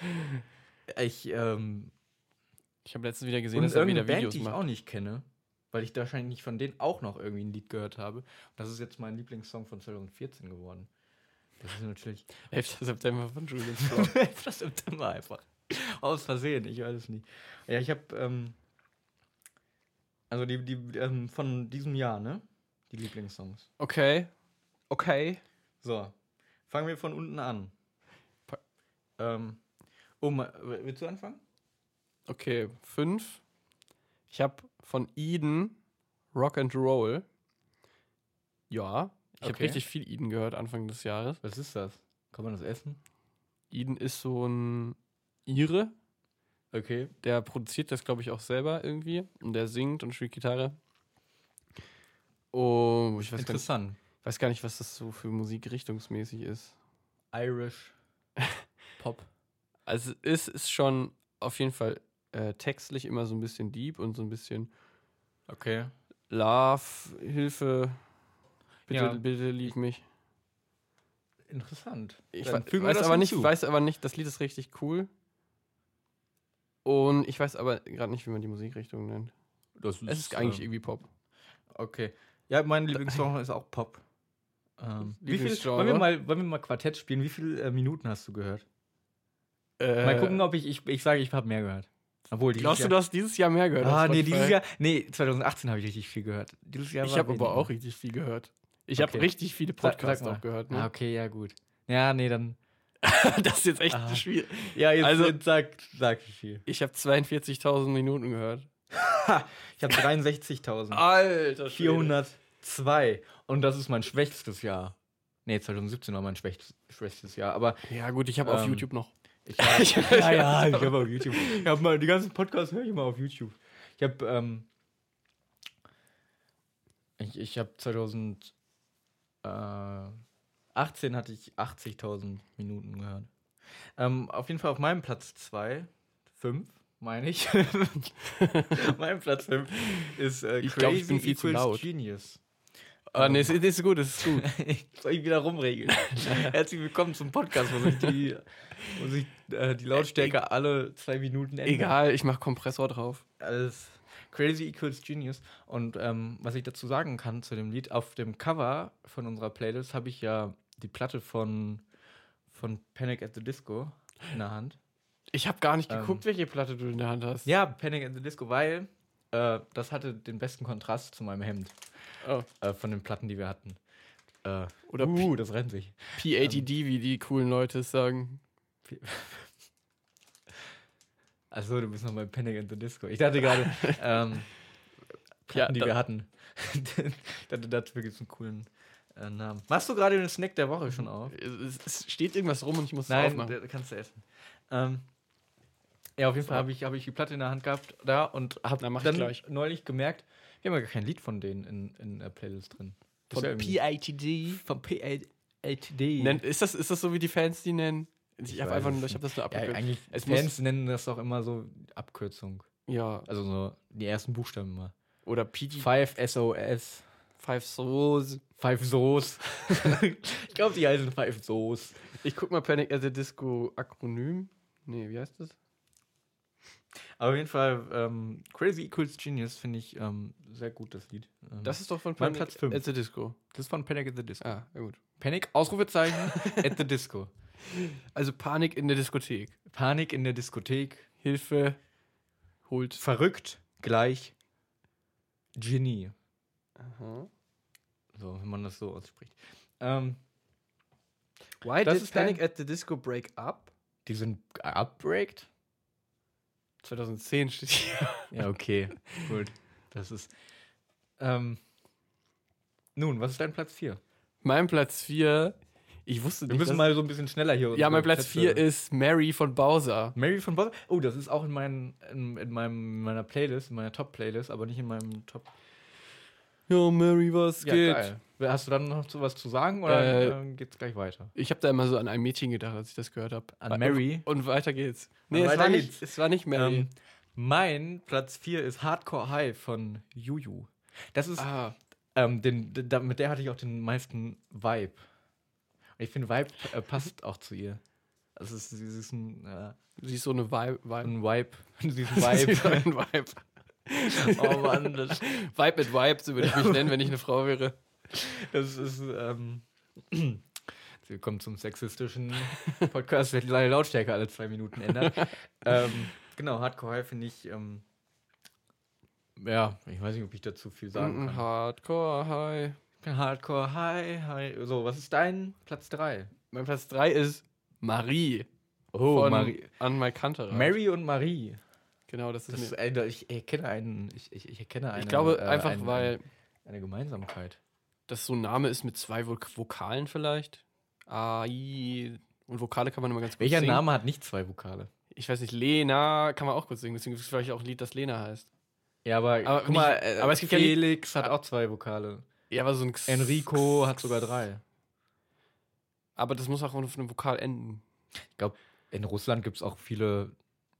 Speaker 1: ich ähm,
Speaker 2: Ich habe letztens wieder gesehen,
Speaker 1: und Oh,
Speaker 2: dass er
Speaker 1: irgendeine
Speaker 2: wieder
Speaker 1: Band,
Speaker 2: Videos
Speaker 1: die ich
Speaker 2: macht.
Speaker 1: auch nicht kenne, weil ich da wahrscheinlich von denen auch noch irgendwie ein Lied gehört habe. Und das ist jetzt mein Lieblingssong von 2014 geworden. Das ist natürlich
Speaker 2: <laughs>
Speaker 1: <laughs>
Speaker 2: 11. September von Julian Straw.
Speaker 1: 11. September einfach. Aus Versehen, ich weiß es nicht. Ja, ich habe, ähm, also die, die ähm, von diesem Jahr, ne? Die Lieblingssongs.
Speaker 2: Okay. Okay.
Speaker 1: So, fangen wir von unten an.
Speaker 2: Pa-
Speaker 1: Ähm, oh, ma- w- willst du anfangen?
Speaker 2: Okay. Fünf. Ich habe von Eden Rock and Roll. Ja. Ich habe
Speaker 1: Okay.
Speaker 2: richtig viel Eden gehört Anfang des Jahres.
Speaker 1: Was ist das? Kann man das essen?
Speaker 2: Eden ist so ein Ire.
Speaker 1: Okay.
Speaker 2: Der produziert das, glaube ich, auch selber irgendwie. Und der singt und spielt Gitarre. Oh, ich weiß gar nicht,
Speaker 1: Interessant.
Speaker 2: weiß gar nicht, was das so für Musik richtungsmäßig ist. <laughs>
Speaker 1: Irish Pop.
Speaker 2: Also es ist schon auf jeden Fall äh, textlich immer so ein bisschen deep und so ein bisschen
Speaker 1: Okay.
Speaker 2: Love, Hilfe, bitte,
Speaker 1: Ja.
Speaker 2: bitte lieb mich.
Speaker 1: Interessant.
Speaker 2: Ich
Speaker 1: Dann
Speaker 2: we-
Speaker 1: fügen wir
Speaker 2: weiß
Speaker 1: das
Speaker 2: aber, nicht,
Speaker 1: hinzu.
Speaker 2: weiß aber nicht, das Lied ist richtig cool. Und ich weiß aber gerade nicht, wie man die Musikrichtung nennt.
Speaker 1: Das ist, e-
Speaker 2: Es ist äh, eigentlich
Speaker 1: ähm,
Speaker 2: irgendwie Pop.
Speaker 1: Okay. Ja, mein Lieblingssong ist auch Pop. Ähm, wie viel,
Speaker 2: Lieblingsgenre?
Speaker 1: wollen, wir mal, wollen wir mal Quartett spielen? Wie viele äh, Minuten hast du gehört? mal gucken, ob ich, ich, ich sage, ich habe mehr gehört. Obwohl, dieses
Speaker 2: Äh, Glaubst du,
Speaker 1: Jahr,
Speaker 2: du hast dieses Jahr mehr gehört?
Speaker 1: Ah,
Speaker 2: auf
Speaker 1: nee,
Speaker 2: Spotify?
Speaker 1: dieses Jahr. Nee, 2018 habe ich richtig viel gehört. Dieses Jahr
Speaker 2: Ich
Speaker 1: war
Speaker 2: habe aber
Speaker 1: weniger.
Speaker 2: auch richtig viel gehört. Ich
Speaker 1: Okay.
Speaker 2: habe richtig viele
Speaker 1: Sag- sag
Speaker 2: Podcasts
Speaker 1: mal.
Speaker 2: auch gehört.
Speaker 1: Ah,
Speaker 2: Ne?
Speaker 1: okay, ja, gut. Ja, nee, dann.
Speaker 2: <laughs> das ist jetzt echt
Speaker 1: Ah.
Speaker 2: schwierig.
Speaker 1: Ja, jetzt,
Speaker 2: Also-
Speaker 1: jetzt sag, sag wie viel.
Speaker 2: Ich habe 42.000 Minuten gehört.
Speaker 1: Ich habe
Speaker 2: <laughs> Ah,
Speaker 1: 63.402.
Speaker 2: Alter,
Speaker 1: Und das ist mein schwächstes Jahr. Nee, 2017 war mein schwächstes, schwächstes Jahr. Aber
Speaker 2: Ja, gut, ich habe auf
Speaker 1: Ähm,
Speaker 2: YouTube noch.
Speaker 1: Ich hab,
Speaker 2: <laughs> Ich hab-
Speaker 1: ja, ja, ich habe auf YouTube. Ich hab mal, die ganzen Podcasts höre ich immer auf YouTube. Ich habe ähm, ich, ich hab 2018 hatte ich 80.000 Minuten gehört. Ähm, auf jeden Fall auf meinem Platz 2, 5, meine ich. <laughs> mein Platz 5 ist äh,
Speaker 2: Ich
Speaker 1: Crazy
Speaker 2: glaub, ich bin viel zu
Speaker 1: Equals
Speaker 2: laut.
Speaker 1: Genius. Ähm,
Speaker 2: Ah, nee, es ist, ist gut, es ist gut.
Speaker 1: Soll ich wieder rumregeln? <laughs> Herzlich willkommen zum Podcast, wo sich die, wo sich, äh, die Lautstärke alle zwei Minuten ändert.
Speaker 2: <laughs> Egal, ich mache Kompressor drauf.
Speaker 1: Alles Crazy Equals Genius. Und ähm, was ich dazu sagen kann zu dem Lied, auf dem Cover von unserer Playlist habe ich ja die Platte von, von Panic at the Disco in der Hand.
Speaker 2: Ich habe gar nicht
Speaker 1: Ähm.
Speaker 2: geguckt, welche Platte du in der Hand hast.
Speaker 1: Ja, Panic at the Disco, weil äh, das hatte den besten Kontrast zu meinem Hemd
Speaker 2: Oh.
Speaker 1: äh, von den Platten, die wir hatten. Äh,
Speaker 2: Oder
Speaker 1: uh, das rennt sich.
Speaker 2: P80D, wie die coolen Leute es sagen.
Speaker 1: Achso, du bist noch bei Panic at the Disco. Ich dachte
Speaker 2: <laughs>
Speaker 1: gerade, ähm,
Speaker 2: Ja,
Speaker 1: Platten, die
Speaker 2: da-
Speaker 1: wir hatten. <laughs> ich dachte, dafür gibt es einen coolen äh, Namen. Machst du gerade den Snack der Woche schon auf?
Speaker 2: Es, es steht irgendwas rum und ich muss es
Speaker 1: Nein,
Speaker 2: aufmachen.
Speaker 1: da- kannst du essen. Ähm, ja, auf jeden Fall
Speaker 2: So.
Speaker 1: habe ich, hab ich die Platte in der Hand gehabt da und habe
Speaker 2: Na, mach ich
Speaker 1: dann
Speaker 2: gleich.
Speaker 1: neulich gemerkt, wir haben ja gar kein Lied von denen in, in der Playlist drin. Ist ja irgendwie-
Speaker 2: P80D.
Speaker 1: von P8D.
Speaker 2: Nennt, ist, das, ist das so, wie die Fans die nennen? Ich,
Speaker 1: Ich
Speaker 2: hab
Speaker 1: weiß
Speaker 2: einfach
Speaker 1: es
Speaker 2: nur, ich
Speaker 1: nicht.
Speaker 2: habe das nur
Speaker 1: ja,
Speaker 2: abgekürzt.
Speaker 1: eigentlich,
Speaker 2: Es muss-
Speaker 1: Fans nennen das auch immer so Abkürzung.
Speaker 2: Ja,
Speaker 1: Also so die ersten Buchstaben immer.
Speaker 2: Oder PD5
Speaker 1: Five SOS.
Speaker 2: Souls.
Speaker 1: Five Soos. <laughs> ich glaube, die heißen Five Soos.
Speaker 2: Ich guck mal Panic at the Disco Akronym. Nee, wie heißt das?
Speaker 1: Aber auf jeden Fall, ähm, Crazy Equals Genius finde ich ähm, sehr gut, das Lied. Ähm,
Speaker 2: Das ist doch von
Speaker 1: Mein
Speaker 2: Panic
Speaker 1: Platz fünf.
Speaker 2: at the Disco.
Speaker 1: das ist von Panic at the Disco.
Speaker 2: Ah, ja gut.
Speaker 1: Panic, Ausrufezeichen, at the Disco.
Speaker 2: Also Panik in der Diskothek.
Speaker 1: Panik in der Diskothek,
Speaker 2: Hilfe holt.
Speaker 1: verrückt gleich Genie.
Speaker 2: Aha.
Speaker 1: So, wenn man das so ausspricht. Ähm,
Speaker 2: Why
Speaker 1: Das
Speaker 2: did
Speaker 1: ist
Speaker 2: Panic
Speaker 1: dein-
Speaker 2: at the Disco break up?
Speaker 1: die sind upbreaked?
Speaker 2: 2010 steht hier. <laughs>
Speaker 1: Ja, <laughs> okay. gut. Das ist. Ähm, nun, was ist dein Platz 4?
Speaker 2: Mein Platz 4. Ich wusste
Speaker 1: Wir müssen
Speaker 2: dass-
Speaker 1: mal so ein bisschen schneller hier.
Speaker 2: ja, mein Platz 4
Speaker 1: ist
Speaker 2: ist Mary von Bowser.
Speaker 1: Mary von Bowser. Oh, das ist auch in, meinen, in, in meinem, in meiner Playlist, in meiner Top-Playlist, aber nicht in meinem Top.
Speaker 2: Ja, Mary, was
Speaker 1: Ja,
Speaker 2: geht?
Speaker 1: geil. Hast du dann noch so was zu sagen oder
Speaker 2: Äh,
Speaker 1: ähm, geht's gleich weiter?
Speaker 2: Ich habe da immer so an ein Mädchen gedacht, als ich das gehört habe.
Speaker 1: An Mary?
Speaker 2: Und weiter geht's.
Speaker 1: Und
Speaker 2: Nee, es,
Speaker 1: weiter
Speaker 2: war
Speaker 1: geht's.
Speaker 2: Nicht, es war nicht Mary.
Speaker 1: Ähm, mein Platz 4 ist Hardcore High von Juju. Das ist,
Speaker 2: ah,
Speaker 1: ähm, den, d- da, mit der hatte ich auch den meisten Vibe. Und ich finde, Vibe äh, passt auch zu ihr. Also es ist, sie ist ein, äh,
Speaker 2: sie ist so eine Vibe. Vibe.
Speaker 1: ein Vibe. <laughs> sie
Speaker 2: <laughs>
Speaker 1: ist ein
Speaker 2: Sie
Speaker 1: Vibe.
Speaker 2: ist ein Vibe.
Speaker 1: <laughs> oh Mann, das,
Speaker 2: Vibe mit Vibe, so würde
Speaker 1: <laughs>
Speaker 2: ich mich nennen, wenn ich eine Frau wäre.
Speaker 1: das ist, ähm, <clears throat> sie kommt zum sexistischen Podcast, der seine Lautstärke alle zwei Minuten <laughs> ändert. ähm, genau, Hardcore High finde ich, ähm, ja, ich weiß nicht, ob ich dazu viel sagen kann.
Speaker 2: Hardcore High.
Speaker 1: Hardcore, hi, hi. So, was ist dein Platz 3?
Speaker 2: Mein Platz 3 ist Marie.
Speaker 1: Oh,
Speaker 2: von
Speaker 1: Marie.
Speaker 2: Anmal Kanterer.
Speaker 1: Mary und Marie.
Speaker 2: Genau, das ist
Speaker 1: Das ist
Speaker 2: mir.
Speaker 1: ein, ich erkenne einen, ich, ich, ich erkenne eine,
Speaker 2: Ich glaube
Speaker 1: äh,
Speaker 2: einfach,
Speaker 1: ein-
Speaker 2: weil
Speaker 1: eine Gemeinsamkeit.
Speaker 2: das so ein Name ist mit zwei Vok Vokalen vielleicht. A, I. Und Vokale kann man immer ganz gut
Speaker 1: Welcher
Speaker 2: singen.
Speaker 1: Name hat nicht zwei Vokale?
Speaker 2: Ich weiß nicht, Lena kann man auch kurz singen. Deswegen ist vielleicht auch ein Lied, das Lena heißt.
Speaker 1: Ja, aber,
Speaker 2: Aber
Speaker 1: guck
Speaker 2: nicht-
Speaker 1: mal, äh,
Speaker 2: aber es gibt ja die-
Speaker 1: Felix hat auch zwei Vokale.
Speaker 2: Ja, aber so ein X-
Speaker 1: Enrico hat sogar drei.
Speaker 2: Aber das muss auch auf einem Vokal enden.
Speaker 1: In Russland gibt es auch viele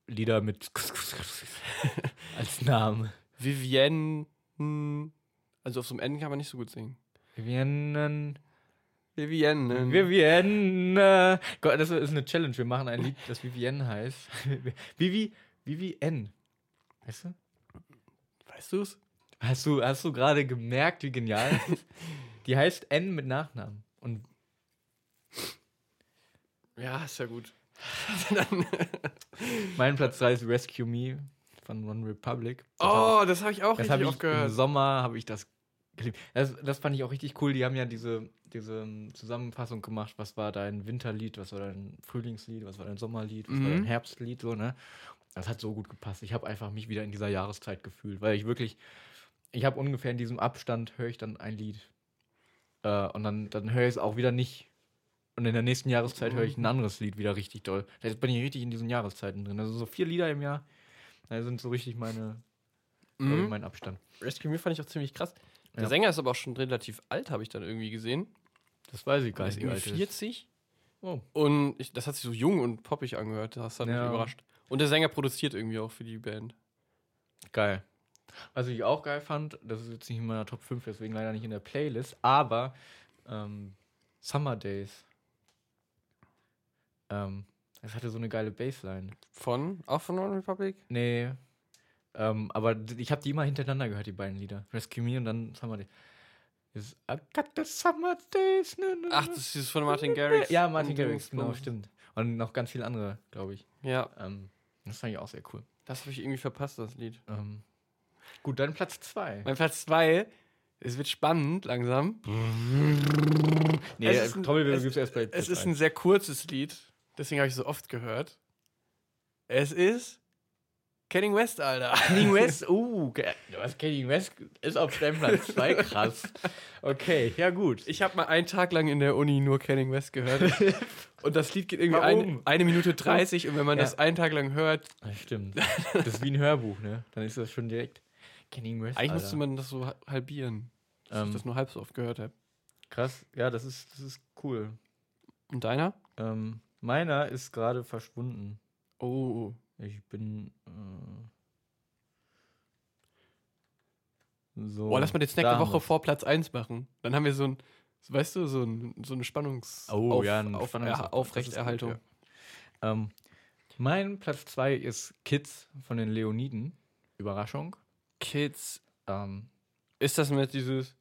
Speaker 1: Lieder mit <laughs> als Namen.
Speaker 2: Vivienne. Also auf so einem N kann man nicht so gut singen.
Speaker 1: Vivienne.
Speaker 2: Vivienne.
Speaker 1: Vivienne. Gott, das ist eine Challenge. Wir machen ein Lied, das Vivienne heißt. <laughs> Vivi, Vivienne. Weißt du?
Speaker 2: weißt du es?
Speaker 1: Hast du, hast du gerade gemerkt, wie genial das ist? <laughs> Die heißt N mit Nachnamen. Und
Speaker 2: Ja, ist ja gut. <laughs> Dann-
Speaker 1: mein Platz 3 ist Rescue Me von One Republic. Das hab
Speaker 2: oh, das habe ich auch
Speaker 1: ich- das
Speaker 2: richtig
Speaker 1: habe ich
Speaker 2: oft
Speaker 1: im
Speaker 2: gehört.
Speaker 1: Sommer habe ich das geliebt. Das, das fand ich auch richtig cool. Die haben ja diese, diese ähm, Zusammenfassung gemacht, was war dein Winterlied, was war dein Frühlingslied, was war dein Sommerlied, was war
Speaker 2: Mhm.
Speaker 1: dein Herbstlied, so, ne? Das hat so gut gepasst. Ich habe einfach mich wieder in dieser Jahreszeit gefühlt, weil ich wirklich, ich habe ungefähr in diesem Abstand höre ich dann ein Lied. Äh, und dann, dann höre ich es auch wieder nicht. Und in der nächsten Jahreszeit höre
Speaker 2: Mhm.
Speaker 1: ich ein anderes Lied wieder richtig doll. Da bin ich richtig in diesen Jahreszeiten drin. Also so vier Lieder im Jahr, da sind so richtig meine, glaub ich,
Speaker 2: Mhm.
Speaker 1: mein Abstand.
Speaker 2: Rescue Me fand ich auch ziemlich krass. Der
Speaker 1: Ja.
Speaker 2: Sänger ist aber auch schon relativ alt, habe ich dann irgendwie gesehen.
Speaker 1: Das weiß ich
Speaker 2: Der
Speaker 1: gar
Speaker 2: ist
Speaker 1: nicht. wie
Speaker 2: irgendwie
Speaker 1: alt er
Speaker 2: 40.
Speaker 1: Oh.
Speaker 2: Und ich, das hat sich so jung und poppig angehört. Das hat mich
Speaker 1: Ja.
Speaker 2: überrascht. Und der Sänger produziert irgendwie auch für die Band.
Speaker 1: Geil. Was ich auch geil fand, das ist jetzt nicht in meiner Top 5, deswegen leider nicht in der Playlist, aber ähm, Summer Days. Ähm, es hatte so eine geile Bassline.
Speaker 2: Von? Auch von One Republic?
Speaker 1: Nee. Ähm, aber d- ich habe die immer hintereinander gehört, die beiden Lieder. Rescue Me und dann Summer Days. Ist I got the Summer Days. ne, ne,
Speaker 2: Ach,
Speaker 1: ne.
Speaker 2: das ist dieses von Martin Garrix.
Speaker 1: Ja, Martin
Speaker 2: und
Speaker 1: Garrix,
Speaker 2: Dings-
Speaker 1: genau, stimmt. Und noch ganz viele andere, glaube ich.
Speaker 2: Ja,
Speaker 1: Ähm, das fand ich auch sehr cool.
Speaker 2: das habe ich irgendwie verpasst, das Lied.
Speaker 1: Ähm, gut, dann Platz 2.
Speaker 2: Mein Platz 2, es wird spannend langsam.
Speaker 1: Hm, Nee,
Speaker 2: Es ist ein-
Speaker 1: Trommelwirbel
Speaker 2: es-
Speaker 1: gibt's erst bei
Speaker 2: Es
Speaker 1: Platz
Speaker 2: ist
Speaker 1: eins.
Speaker 2: ein sehr kurzes Lied, deswegen habe ich es so oft gehört. Es ist Kenning West, Alter.
Speaker 1: Kanye West, uh, ge- was Kanye West ist auf deinem Platz <laughs> 2, krass. Okay, ja <laughs> gut.
Speaker 2: Ich habe mal einen Tag lang in der Uni nur Kenning
Speaker 1: <laughs>
Speaker 2: West gehört. Und das Lied geht irgendwie
Speaker 1: Warum?
Speaker 2: ein, eine Minute 30 und wenn man
Speaker 1: Ja.
Speaker 2: das einen Tag lang hört,
Speaker 1: Das stimmt. Das ist wie ein Hörbuch, ne? Dann ist das schon direkt Kanye West.
Speaker 2: eigentlich
Speaker 1: Alter.
Speaker 2: müsste man das so ha- halbieren, dass
Speaker 1: Ähm.
Speaker 2: ich das nur halb so oft gehört habe.
Speaker 1: krass, ja, das ist, das ist cool.
Speaker 2: Und deiner?
Speaker 1: Ähm, meiner ist gerade verschwunden.
Speaker 2: Oh,
Speaker 1: Ich bin. Äh, so.
Speaker 2: oh lass mal den Snack der
Speaker 1: da haben
Speaker 2: Woche
Speaker 1: wir's.
Speaker 2: vor Platz 1 machen. Dann haben wir so ein, weißt du, so, ein, so eine Spannungs
Speaker 1: Oh,
Speaker 2: auf,
Speaker 1: ja, ein
Speaker 2: auf,
Speaker 1: Spannungs-
Speaker 2: ja,
Speaker 1: das
Speaker 2: Aufrechterhaltung.
Speaker 1: ist Ähm, mein Platz 2 ist Kids von den Leoniden. Überraschung.
Speaker 2: Kids
Speaker 1: Ähm,
Speaker 2: Ist das mit dieses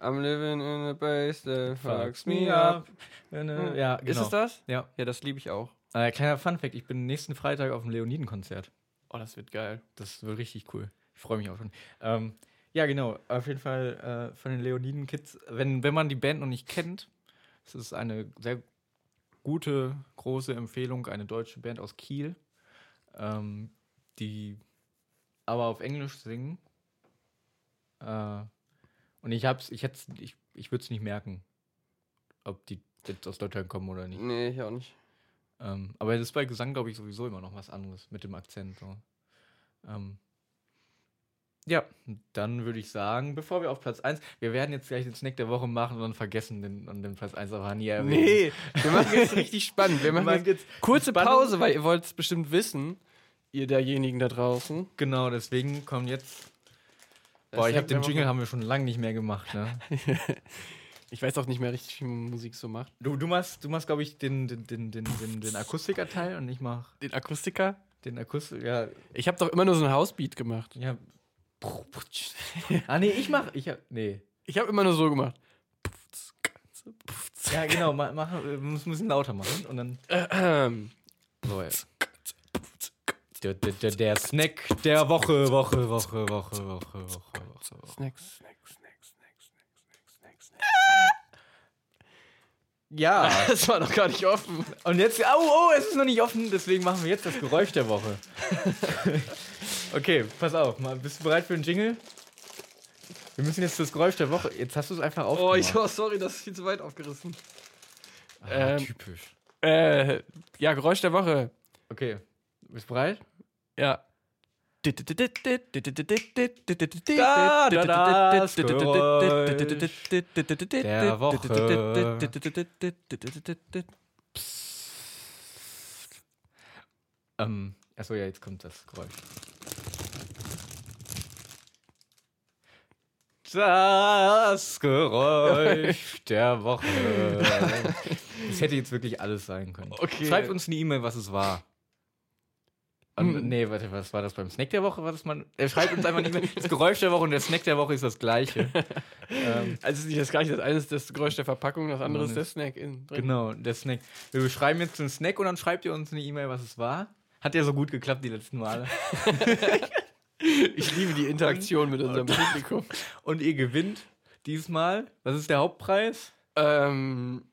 Speaker 2: I'm living in a base that fucks me
Speaker 1: Ja,
Speaker 2: up?
Speaker 1: genau. Ja, genau.
Speaker 2: Hm. Ist es das?
Speaker 1: Ja.
Speaker 2: Ja, das liebe ich auch.
Speaker 1: Äh, kleiner Funfact, ich bin nächsten Freitag auf dem Leoniden-Konzert.
Speaker 2: Oh, das wird geil.
Speaker 1: Das wird richtig cool. Ich freue mich auch schon. Ähm, ja, genau. Auf jeden Fall äh, von den Leoniden-Kids. Wenn, wenn man die Band noch nicht kennt, es ist eine sehr gute, große Empfehlung. Eine deutsche Band aus Kiel, ähm, die aber auf Englisch singen. Äh, und ich hab's, ich hätt's, ich, ich würde es nicht merken, ob die jetzt aus Deutschland kommen oder nicht.
Speaker 2: Nee, ich auch nicht.
Speaker 1: Ähm, aber das ist bei Gesang, glaube ich, sowieso immer noch was anderes mit dem Akzent. So. Ähm, Ja, dann würde ich sagen, bevor wir auf Platz 1, wir werden jetzt gleich den Snack der Woche machen und dann vergessen den, und den Platz 1 aber nie erwähnen.
Speaker 2: Nee, wir
Speaker 1: <laughs>
Speaker 2: machen jetzt richtig spannend.
Speaker 1: Wir
Speaker 2: Wir machen
Speaker 1: machen
Speaker 2: jetzt
Speaker 1: jetzt
Speaker 2: kurze
Speaker 1: Spannung.
Speaker 2: Pause, weil ihr wollt es bestimmt wissen, ihr derjenigen da draußen.
Speaker 1: Genau, deswegen kommen jetzt.
Speaker 2: Das
Speaker 1: Boah, ich
Speaker 2: Snack
Speaker 1: hab den
Speaker 2: der Woche.
Speaker 1: Jingle haben wir schon lange nicht mehr gemacht, ne?
Speaker 2: Ich weiß auch nicht mehr richtig, wie man Musik so macht.
Speaker 1: <laughs> Du, du machst, du machst glaube ich, den, den, den, den, den, den Akustiker-Teil und ich mach
Speaker 2: Den Akustiker?
Speaker 1: den Akustik. Ja,
Speaker 2: Ich habe doch immer nur so einen Housebeat gemacht.
Speaker 1: ja. Ah, nee, ich mach. Ich hab, nee.
Speaker 2: Ich habe immer nur so gemacht.
Speaker 1: Ja, genau, ma- mach, äh, muss ein bisschen lauter machen und dann.
Speaker 2: Ähm,
Speaker 1: So, ja. Der, der, der, der Snack der Woche, Woche, Woche, Woche, Woche, Woche, Woche. Woche.
Speaker 2: Snacks, Snacks, Snacks, Snacks, Snacks, Snacks, Snacks.
Speaker 1: Ja,
Speaker 2: <laughs> Das war doch gar nicht offen.
Speaker 1: und jetzt, oh, oh, es ist noch nicht offen, deswegen machen wir jetzt das Geräusch der <laughs> Woche. okay, pass auf, mal, bist du bereit für den Jingle? Wir müssen jetzt das Geräusch der Woche, jetzt hast du es einfach aufgemacht.
Speaker 2: Oh, sorry, das ist viel zu weit aufgerissen.
Speaker 1: ah,
Speaker 2: ähm.
Speaker 1: Typisch.
Speaker 2: Äh, ja, Geräusch der Woche.
Speaker 1: Okay, bist du bereit?
Speaker 2: Ja.
Speaker 1: das Geräusch der Woche. Ähm, achso, ja, jetzt kommt das Geräusch. Das
Speaker 2: <laughs>
Speaker 1: Geräusch der Woche. Es hätte jetzt wirklich alles sein können.
Speaker 2: Okay.
Speaker 1: Schreibt uns eine E-Mail, was es war. Und,
Speaker 2: Hm.
Speaker 1: Nee, warte, was war das beim Snack der Woche? War das mal, äh, schreibt uns einfach eine E-Mail. Das Geräusch der Woche und der Snack der Woche ist das
Speaker 2: <laughs>
Speaker 1: gleiche. ähm,
Speaker 2: Also es ist nicht das gleiche, das eine ist das Geräusch der Verpackung, das andere ist der
Speaker 1: Mann,
Speaker 2: Snack innen drin.
Speaker 1: genau, der Snack. Wir beschreiben jetzt den Snack und dann schreibt ihr uns eine E-Mail, was es war. Hat ja so gut geklappt die letzten Male.
Speaker 2: Ich liebe die Interaktion mit unserem Publikum.
Speaker 1: Und ihr gewinnt diesmal. Was ist der Hauptpreis?
Speaker 2: ähm,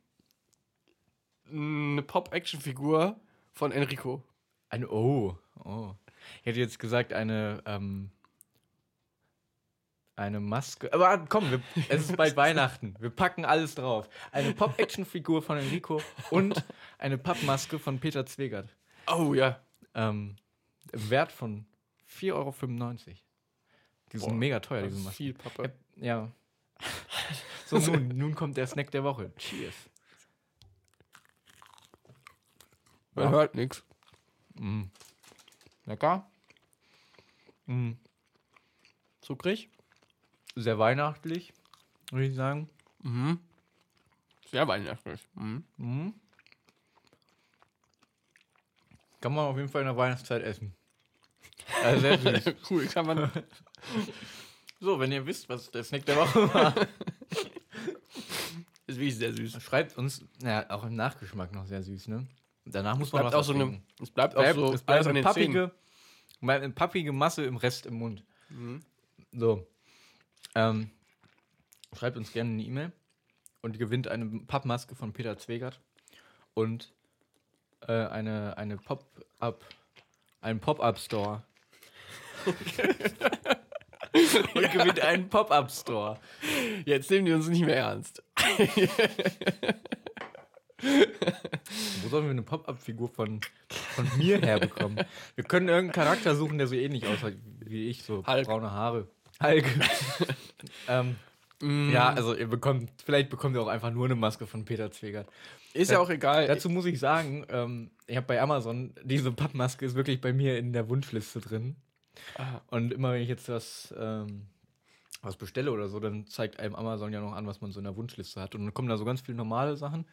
Speaker 2: eine Pop-Action-Figur von Enrico.
Speaker 1: Ein Oh. oh. Ich hätte jetzt gesagt, eine, ähm, eine Maske. Aber komm, wir, es ist bald Weihnachten. Wir packen alles drauf. Eine Pop-Action-Figur von Enrico und eine Pappmaske von Peter Zwegert.
Speaker 2: Oh ja.
Speaker 1: Ähm, Im Wert von 4,95 Euro. Die sind
Speaker 2: Boah,
Speaker 1: mega teuer,
Speaker 2: Das
Speaker 1: diese
Speaker 2: ist
Speaker 1: Masken.
Speaker 2: viel Pappe.
Speaker 1: Ja. So, nun, nun kommt der Snack der Woche. Cheers.
Speaker 2: Man hört nichts.
Speaker 1: Mm. Lecker. Mm.
Speaker 2: Zuckrig?
Speaker 1: Sehr weihnachtlich, würde ich sagen.
Speaker 2: Mhm. Sehr weihnachtlich. Mhm.
Speaker 1: Mhm. Kann man auf jeden Fall in der Weihnachtszeit essen. Also
Speaker 2: <laughs>
Speaker 1: sehr süß.
Speaker 2: cool, kann <laughs> man.
Speaker 1: so, wenn ihr wisst, was der Snack der
Speaker 2: <laughs>
Speaker 1: Woche war,
Speaker 2: Ist wirklich sehr süß.
Speaker 1: schreibt uns, ja, auch im Nachgeschmack noch sehr süß, ne? Danach muss man
Speaker 2: Bleibt
Speaker 1: was
Speaker 2: auch so eine,
Speaker 1: trinken.
Speaker 2: es bleibt auch
Speaker 1: bleibt,
Speaker 2: so
Speaker 1: es bleibt
Speaker 2: alles an
Speaker 1: eine
Speaker 2: den Zähnen.
Speaker 1: pappige, bleibt eine pappige Masse im Rest im Mund.
Speaker 2: Mhm.
Speaker 1: So. Ähm, schreibt uns gerne eine E-Mail und gewinnt eine Pappmaske von Peter Zwegert und äh, eine, eine Pop-Up, einen Pop-Up-Store. <laughs> und gewinnt einen Pop-Up-Store.
Speaker 2: Jetzt nehmen die uns nicht mehr ernst.
Speaker 1: Wo sollen wir eine Pop-Up-Figur von, von mir herbekommen? Wir können irgendeinen Charakter suchen, der so ähnlich aussieht wie ich, so
Speaker 2: Hulk.
Speaker 1: braune Haare. Hulk. <laughs> ähm, Ja, also ihr bekommt, vielleicht bekommt ihr auch einfach nur eine Maske von Peter Zwegert.
Speaker 2: Ist ja auch egal.
Speaker 1: Dazu muss Äh, ich sagen, ähm, ich habe bei Amazon, diese Pappmaske ist wirklich bei mir in der Wunschliste drin.
Speaker 2: Ah.
Speaker 1: Und immer wenn ich jetzt was, ähm, was bestelle oder so, dann zeigt einem Amazon ja noch an, was man so in der Wunschliste hat. Und dann kommen da so ganz viele normale Sachen.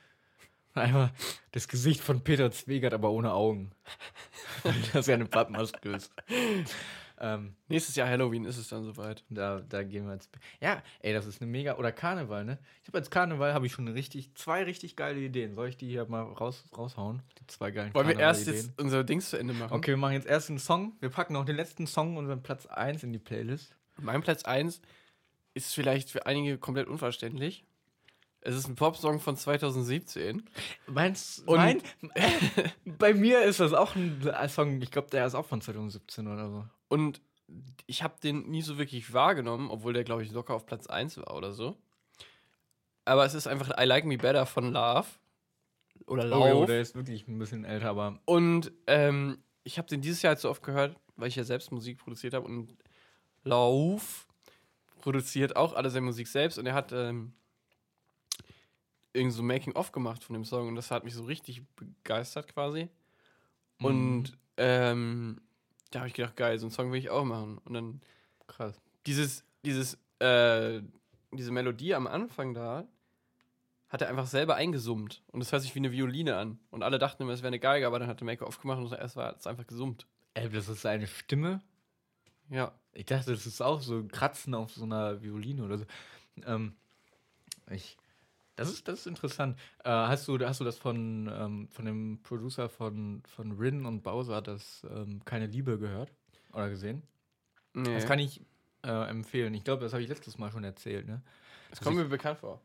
Speaker 1: Und einmal das Gesicht von Peter Zwegert, aber ohne Augen. <laughs> Weil das ja eine Pappmaske ist. ähm,
Speaker 2: Nächstes Jahr Halloween ist es dann soweit.
Speaker 1: da, da gehen wir jetzt. Ja, ey, das ist eine mega. Oder Karneval, ne? Ich habe als Karneval habe ich schon richtig, zwei richtig geile Ideen. Soll ich die hier mal raus, raushauen? Die zwei geilen
Speaker 2: Wollen wir erst
Speaker 1: Karneval-Ideen?
Speaker 2: jetzt unser Dings zu Ende machen?
Speaker 1: Okay, wir machen jetzt erst einen Song. Wir packen noch den letzten Song, unseren Platz 1 in die Playlist.
Speaker 2: Mein Platz 1 ist vielleicht für einige komplett unverständlich. Es ist ein Popsong von 2017.
Speaker 1: Meinst
Speaker 2: Und-
Speaker 1: Nein, <laughs> bei mir ist das auch ein Song. Ich glaube, der ist auch von 2017 oder so.
Speaker 2: Und ich habe den nie so wirklich wahrgenommen, obwohl der, glaube ich, locker auf Platz 1 war oder so. Aber es ist einfach I Like Me Better von Love. Oder
Speaker 1: Oh, jo,
Speaker 2: Love.
Speaker 1: der ist wirklich ein bisschen älter, aber
Speaker 2: Und ähm, ich habe den dieses Jahr halt so oft gehört, weil ich ja selbst Musik produziert habe und Lauf produziert auch alle seine Musik selbst und er hat ähm, irgend so Making-of gemacht von dem Song und das hat mich so richtig begeistert quasi. Und ähm, da habe ich gedacht, geil, so einen Song will ich auch machen. Und dann
Speaker 1: Krass.
Speaker 2: dieses, dieses, äh, diese Melodie am Anfang da hat er einfach selber eingesummt. Und das hört sich wie eine Violine an. Und alle dachten immer, es wäre eine Geige, aber dann hat der Maker aufgemacht und es war es einfach gesummt.
Speaker 1: Ey, das ist eine Stimme.
Speaker 2: Ja.
Speaker 1: Ich dachte, das ist auch so ein Kratzen auf so einer Violine oder so. Ähm, ich, das ist, das ist interessant. Äh, hast, du, hast du das von, ähm, von dem Producer von, von Rin und Bowser, das ähm, Keine Liebe gehört oder gesehen?
Speaker 2: Nee.
Speaker 1: Das kann ich äh, empfehlen. Ich glaube, das habe ich letztes Mal schon erzählt. Ne?
Speaker 2: das kommt mir bekannt vor.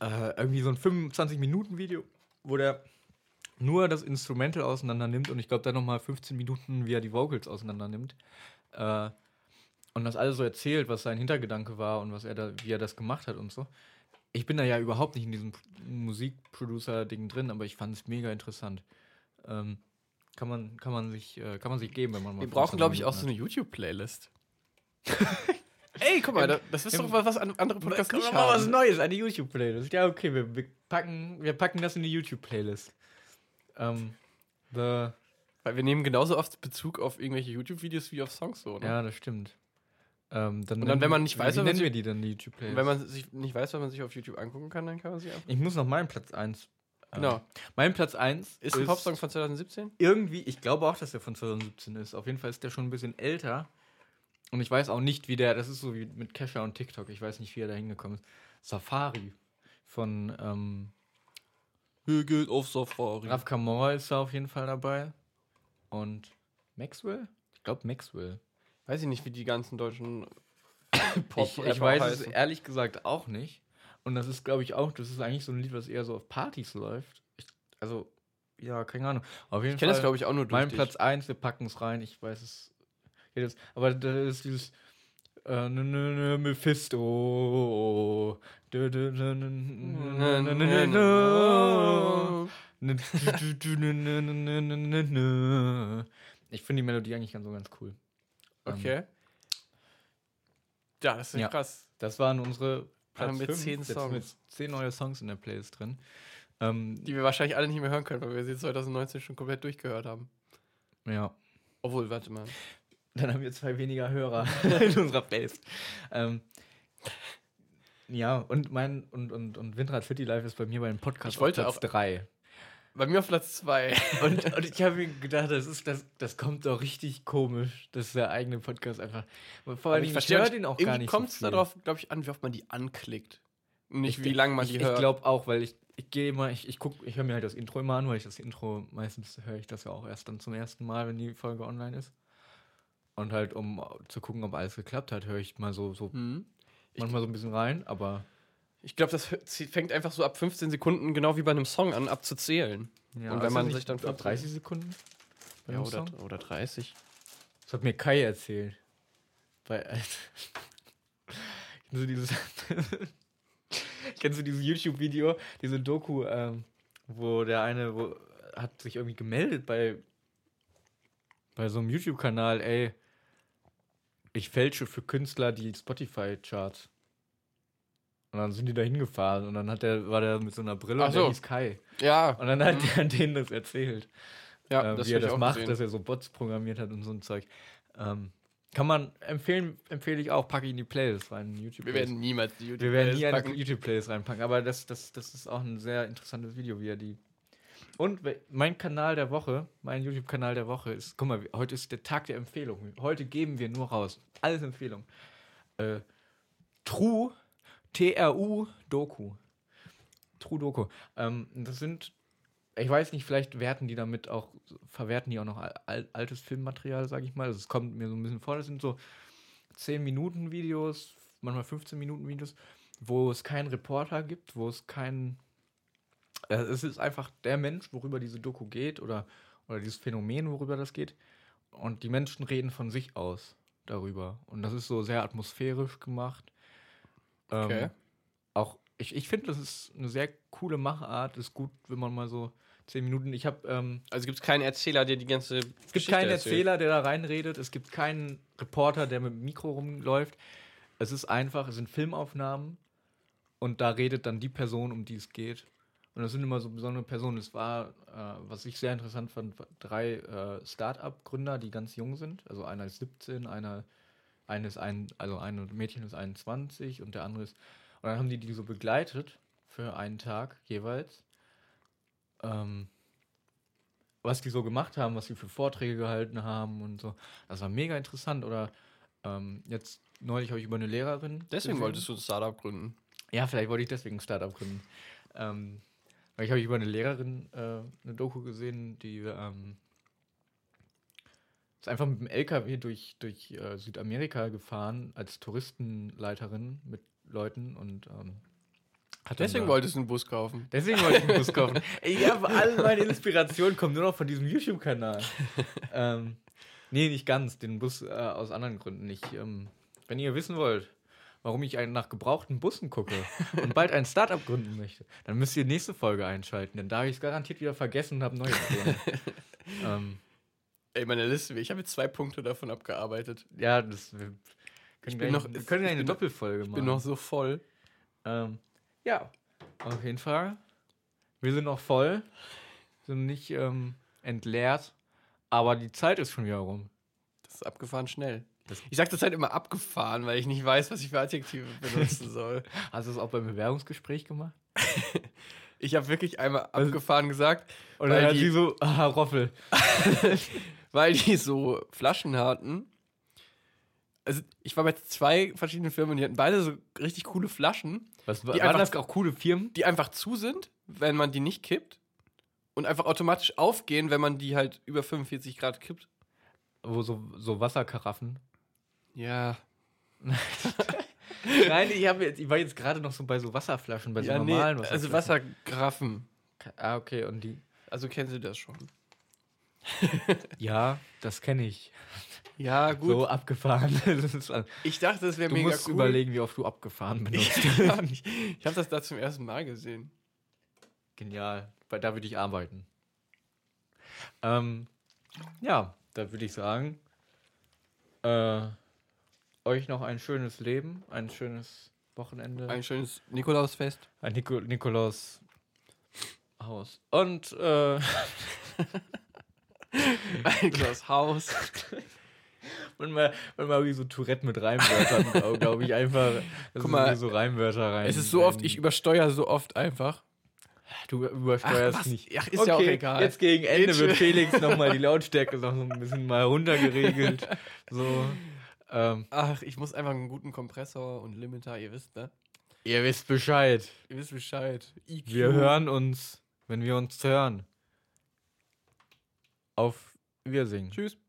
Speaker 1: Äh, irgendwie so ein 25-Minuten-Video, wo der nur das Instrumental auseinander nimmt und ich glaube, dann nochmal 15 Minuten, wie er die Vocals auseinander nimmt. Äh, und das alles so erzählt, was sein Hintergedanke war und was er da, wie er das gemacht hat und so. Ich bin da ja überhaupt nicht in diesem P- Musikproducer-Ding drin, aber ich fand es mega interessant. Ähm, kann man, kann man sich, äh, kann man sich geben, wenn man mal.
Speaker 2: Wir
Speaker 1: 15
Speaker 2: brauchen, glaube ich, auch
Speaker 1: Minuten
Speaker 2: so
Speaker 1: hat.
Speaker 2: eine
Speaker 1: <laughs>
Speaker 2: YouTube-Playlist. Ey, guck mal, da- das ist
Speaker 1: im-
Speaker 2: doch was, was an- andere Podcasts
Speaker 1: Komm,
Speaker 2: nicht
Speaker 1: mach mal was
Speaker 2: haben.
Speaker 1: Neues, eine YouTube-Playlist. Ja, okay, wir, wir, packen, wir packen das in die YouTube-Playlist. Ähm, the,
Speaker 2: Weil wir nehmen genauso oft Bezug auf irgendwelche YouTube-Videos wie auf Songs so, ne?
Speaker 1: ja, das stimmt. Ähm, dann
Speaker 2: Und dann, wenn man nicht weiß,
Speaker 1: wie
Speaker 2: was
Speaker 1: nennen
Speaker 2: sie-
Speaker 1: wir die dann, die
Speaker 2: Und
Speaker 1: YouTube-Playlist?
Speaker 2: wenn man sich nicht weiß, was man sich auf YouTube angucken kann, dann kann man sich auch.
Speaker 1: ich muss noch meinen Platz 1.
Speaker 2: Genau.
Speaker 1: Mein Platz 1
Speaker 2: Ist ein Popsong von 2017?
Speaker 1: irgendwie, ich glaube auch, dass der von 2017 ist. Auf jeden Fall ist der schon ein bisschen älter. Und ich weiß auch nicht, wie der, das ist so wie mit Kesha und TikTok, ich weiß nicht, wie er da hingekommen ist. Safari von ähm,
Speaker 2: Hier geht auf Safari.
Speaker 1: Raf Kamora ist da auf jeden Fall dabei. Und Maxwell? Ich glaube Maxwell.
Speaker 2: Weiß ich nicht, wie die ganzen deutschen
Speaker 1: Ich, ich weiß es ehrlich gesagt auch nicht. Und das ist, glaube ich, auch, das ist eigentlich so ein Lied, was eher so auf Partys läuft. Ich, also, ja, keine Ahnung. Auf jeden
Speaker 2: Ich kenne das,
Speaker 1: Fall
Speaker 2: glaube ich, auch nur durch
Speaker 1: mein
Speaker 2: dich.
Speaker 1: Platz 1, wir packen es rein, ich weiß es. Jedes, aber da ist dieses äh, nö, nö, nö, Mephisto. Dö, dö, dö, nö, nö, nö, nö, nö, nö. Ich finde die Melodie eigentlich ganz so ganz cool. Ähm,
Speaker 2: Okay. Ja, das ist
Speaker 1: Ja.
Speaker 2: krass.
Speaker 1: Das waren unsere
Speaker 2: Haben wir
Speaker 1: fünf.
Speaker 2: zehn
Speaker 1: Jetzt sind
Speaker 2: Songs.
Speaker 1: Jetzt zehn neue Songs in der Playlist drin. Ähm,
Speaker 2: Die wir wahrscheinlich alle nicht mehr hören können, weil wir sie 2019 schon komplett durchgehört haben.
Speaker 1: ja.
Speaker 2: Obwohl, warte mal.
Speaker 1: Dann haben wir zwei weniger
Speaker 2: <laughs>
Speaker 1: Hörer in unserer Playlist. Ähm, ja, und mein und, und, und Windrad City Life ist bei mir bei dem Podcast
Speaker 2: Ich wollte
Speaker 1: auf
Speaker 2: auch-
Speaker 1: Platz 3.
Speaker 2: Bei mir auf Platz 2.
Speaker 1: Und, und ich habe mir gedacht, das, ist, das, das kommt doch richtig komisch, dass der eigene Podcast einfach. Vor allem, ich, ich höre den auch gar nicht. so
Speaker 2: kommt es
Speaker 1: viel.
Speaker 2: darauf, glaube ich, an, wie oft man die anklickt. Und Nicht wie lange man
Speaker 1: ich,
Speaker 2: die
Speaker 1: ich
Speaker 2: hört.
Speaker 1: Ich glaube auch, weil ich, ich gehe immer, ich, ich guck, ich höre mir halt das Intro immer an, weil ich das Intro, meistens höre ich das ja auch erst dann zum ersten Mal, wenn die Folge online ist. Und halt, um zu gucken, ob alles geklappt hat, höre ich mal so, so
Speaker 2: Hm. Ich-
Speaker 1: manchmal so ein bisschen rein, aber
Speaker 2: Ich glaube, das hört- sie fängt einfach so ab 15 Sekunden, genau wie bei einem Song, an abzuzählen.
Speaker 1: ja,
Speaker 2: Und wenn
Speaker 1: ist das
Speaker 2: man
Speaker 1: nicht
Speaker 2: sich dann
Speaker 1: ab
Speaker 2: verabschiedet?
Speaker 1: 30 Sekunden bei
Speaker 2: Ja,
Speaker 1: dem
Speaker 2: oder,
Speaker 1: Song?
Speaker 2: oder 30.
Speaker 1: Das hat mir Kai erzählt. Bei, <laughs> kennst du dieses, <laughs> kennst du dieses YouTube-Video, diese Doku, ähm, wo der eine wo, hat sich irgendwie gemeldet bei, bei so einem YouTube-Kanal, ey, ich fälsche für Künstler die Spotify-Charts. Und dann sind die da hingefahren und dann hat der, war der mit so einer Brille
Speaker 2: Ach
Speaker 1: und
Speaker 2: so. Mhm.
Speaker 1: der hieß Kai.
Speaker 2: Ja,
Speaker 1: Und dann hat der <laughs> denen das erzählt
Speaker 2: ja
Speaker 1: äh,
Speaker 2: das
Speaker 1: wie er
Speaker 2: hab ich
Speaker 1: das
Speaker 2: auch
Speaker 1: macht,
Speaker 2: gesehen.
Speaker 1: dass er so Bots programmiert hat und so ein Zeug. Ähm, kann man empfehlen, empfehle ich auch, packe ich in die Playlist rein, in die YouTube.
Speaker 2: Wir werden niemals die
Speaker 1: wir werden nie eine
Speaker 2: YouTube-Playlist packen.
Speaker 1: YouTube Playlist reinpacken, aber das, das, das ist auch ein sehr interessantes Video, wie er die. Und we- mein Kanal der Woche, mein YouTube Kanal der Woche ist, guck mal, heute ist der Tag der Empfehlung. Heute geben wir nur raus, alles Empfehlung. Äh, True TRU Doku. True Doku. Ähm, das sind, ich weiß nicht, vielleicht werten die damit auch, verwerten die auch noch al- al altes Filmmaterial, sage ich mal. Also es kommt mir so ein bisschen vor, das sind so 10 Minuten Videos, manchmal 15 Minuten Videos, wo es keinen Reporter gibt, wo es keinen. Äh, es ist einfach der Mensch, worüber diese Doku geht oder, oder dieses Phänomen, worüber das geht. Und die Menschen reden von sich aus darüber. Und das ist so sehr atmosphärisch gemacht. Ähm,
Speaker 2: Okay.
Speaker 1: Auch ich, ich finde, das ist eine sehr coole Machart. Ist gut, wenn man mal so 10 Minuten. Ich habe. Ähm,
Speaker 2: Also gibt es keinen Erzähler, der die ganze
Speaker 1: es gibt keinen Erzähler, der da reinredet. Es gibt keinen Reporter, der mit dem Mikro rumläuft. Es ist einfach, es sind Filmaufnahmen und da redet dann die Person, um die es geht. Und das sind immer so besondere Personen. Es war, äh, was ich sehr interessant fand, drei äh, Start-up-Gründer, die ganz jung sind. Also einer ist 17, einer eine ist ein, also ein Mädchen ist 21 und der andere ist. Und dann haben die die so begleitet für einen Tag jeweils. Ähm, was die so gemacht haben, was sie für Vorträge gehalten haben und so. Das war mega interessant. Oder ähm, jetzt neulich habe ich über eine Lehrerin.
Speaker 2: Deswegen
Speaker 1: gesehen.
Speaker 2: wolltest du ein Startup gründen.
Speaker 1: Ja, vielleicht wollte ich deswegen ein Startup gründen. Ähm, weil ich habe über eine Lehrerin äh, eine Doku gesehen, die ähm, ist einfach mit dem LKW durch, durch äh, Südamerika gefahren als Touristenleiterin mit Leuten und ähm, hat dann
Speaker 2: Deswegen
Speaker 1: da-
Speaker 2: wolltest du einen Bus kaufen.
Speaker 1: Deswegen wollte ich einen Bus kaufen. <laughs> Ich habe all meine Inspirationen kommen nur noch von diesem
Speaker 2: <laughs>
Speaker 1: YouTube-Kanal. ähm, nee, nicht ganz. Den Bus äh, aus anderen Gründen nicht. Ähm, wenn ihr wissen wollt, warum ich einen nach gebrauchten Bussen gucke und bald ein Startup gründen möchte, dann müsst ihr die nächste Folge einschalten. Denn da habe ich es garantiert wieder vergessen und habe neue
Speaker 2: <laughs>
Speaker 1: Ideen. ähm,
Speaker 2: Ey, meine Liste, ich habe jetzt zwei Punkte davon abgearbeitet.
Speaker 1: ja, das, wir, können gleich,
Speaker 2: bin noch-
Speaker 1: wir können
Speaker 2: ich
Speaker 1: eine
Speaker 2: bin-
Speaker 1: Doppelfolge
Speaker 2: Ich
Speaker 1: machen.
Speaker 2: bin noch so voll.
Speaker 1: Ähm, ja, auf jeden Fall. Wir sind noch voll, sind nicht ähm, entleert, aber die Zeit ist schon wieder rum.
Speaker 2: Das ist abgefahren schnell.
Speaker 1: Das-
Speaker 2: ich sage das halt immer abgefahren, weil ich nicht weiß, was ich für <laughs> Adjektive benutzen soll.
Speaker 1: Hast du es auch beim Bewerbungsgespräch gemacht?
Speaker 2: Ich habe wirklich einmal abgefahren gesagt,
Speaker 1: Oder
Speaker 2: Weil
Speaker 1: hat
Speaker 2: die-
Speaker 1: sie so, <laughs> aha, Roffel.
Speaker 2: weil die so Flaschen hatten. Also ich war bei zwei verschiedenen Firmen und die hatten beide so richtig coole Flaschen,
Speaker 1: Was, waren
Speaker 2: einfach-
Speaker 1: das auch coole Firmen?
Speaker 2: die einfach zu sind, wenn man die nicht kippt und einfach automatisch aufgehen, wenn man die halt über 45 Grad kippt.
Speaker 1: Wo so, so Wasserkaraffen.
Speaker 2: Ja.
Speaker 1: <laughs> Nein, ich, hab jetzt, ich war jetzt gerade noch so bei so Wasserflaschen, bei so
Speaker 2: ja
Speaker 1: normalen
Speaker 2: nee, also
Speaker 1: Wasserflaschen.
Speaker 2: Wassergraffen.
Speaker 1: Ah, okay, und die.
Speaker 2: Also kennen Sie das schon?
Speaker 1: Ja, das kenne ich.
Speaker 2: Ja, gut.
Speaker 1: So abgefahren. <laughs> Das ist, du
Speaker 2: Ich dachte, das wäre mega
Speaker 1: musst
Speaker 2: cool. <laughs>
Speaker 1: überlegen, wie oft du abgefahren benutzt.
Speaker 2: ich ich habe das da zum ersten Mal gesehen.
Speaker 1: Genial. Weil da würde ich arbeiten. Ähm, ja, da würde ich sagen, äh, euch noch ein schönes Leben, ein schönes Wochenende,
Speaker 2: Ein schönes Nikolausfest.
Speaker 1: ein Nico Nikolaus Haus. Und
Speaker 2: <laughs>
Speaker 1: äh,
Speaker 2: Nikolaus Also Haus.
Speaker 1: wenn man, wenn man irgendwie so Tourette mit
Speaker 2: <laughs>
Speaker 1: Reimwörtern, glaube ich, einfach das
Speaker 2: Guck
Speaker 1: sind
Speaker 2: mal,
Speaker 1: irgendwie so Reimwörter rein.
Speaker 2: Es ist so oft, ich übersteuere so oft einfach.
Speaker 1: Du übersteuerst
Speaker 2: Ach, was?
Speaker 1: nicht.
Speaker 2: Ach, ist ja auch egal.
Speaker 1: Jetzt gegen Ende
Speaker 2: Jetzt- <laughs>
Speaker 1: wird Felix nochmal die Lautstärke noch so ein bisschen mal runtergeregelt. So. Ähm,
Speaker 2: Ach, ich muss einfach einen guten Kompressor und Limiter, ihr wisst, ne?
Speaker 1: ihr wisst Bescheid.
Speaker 2: Ihr wisst Bescheid. IQ.
Speaker 1: Wir hören uns, wenn wir uns hören. Auf Wiedersehen.
Speaker 2: Tschüss.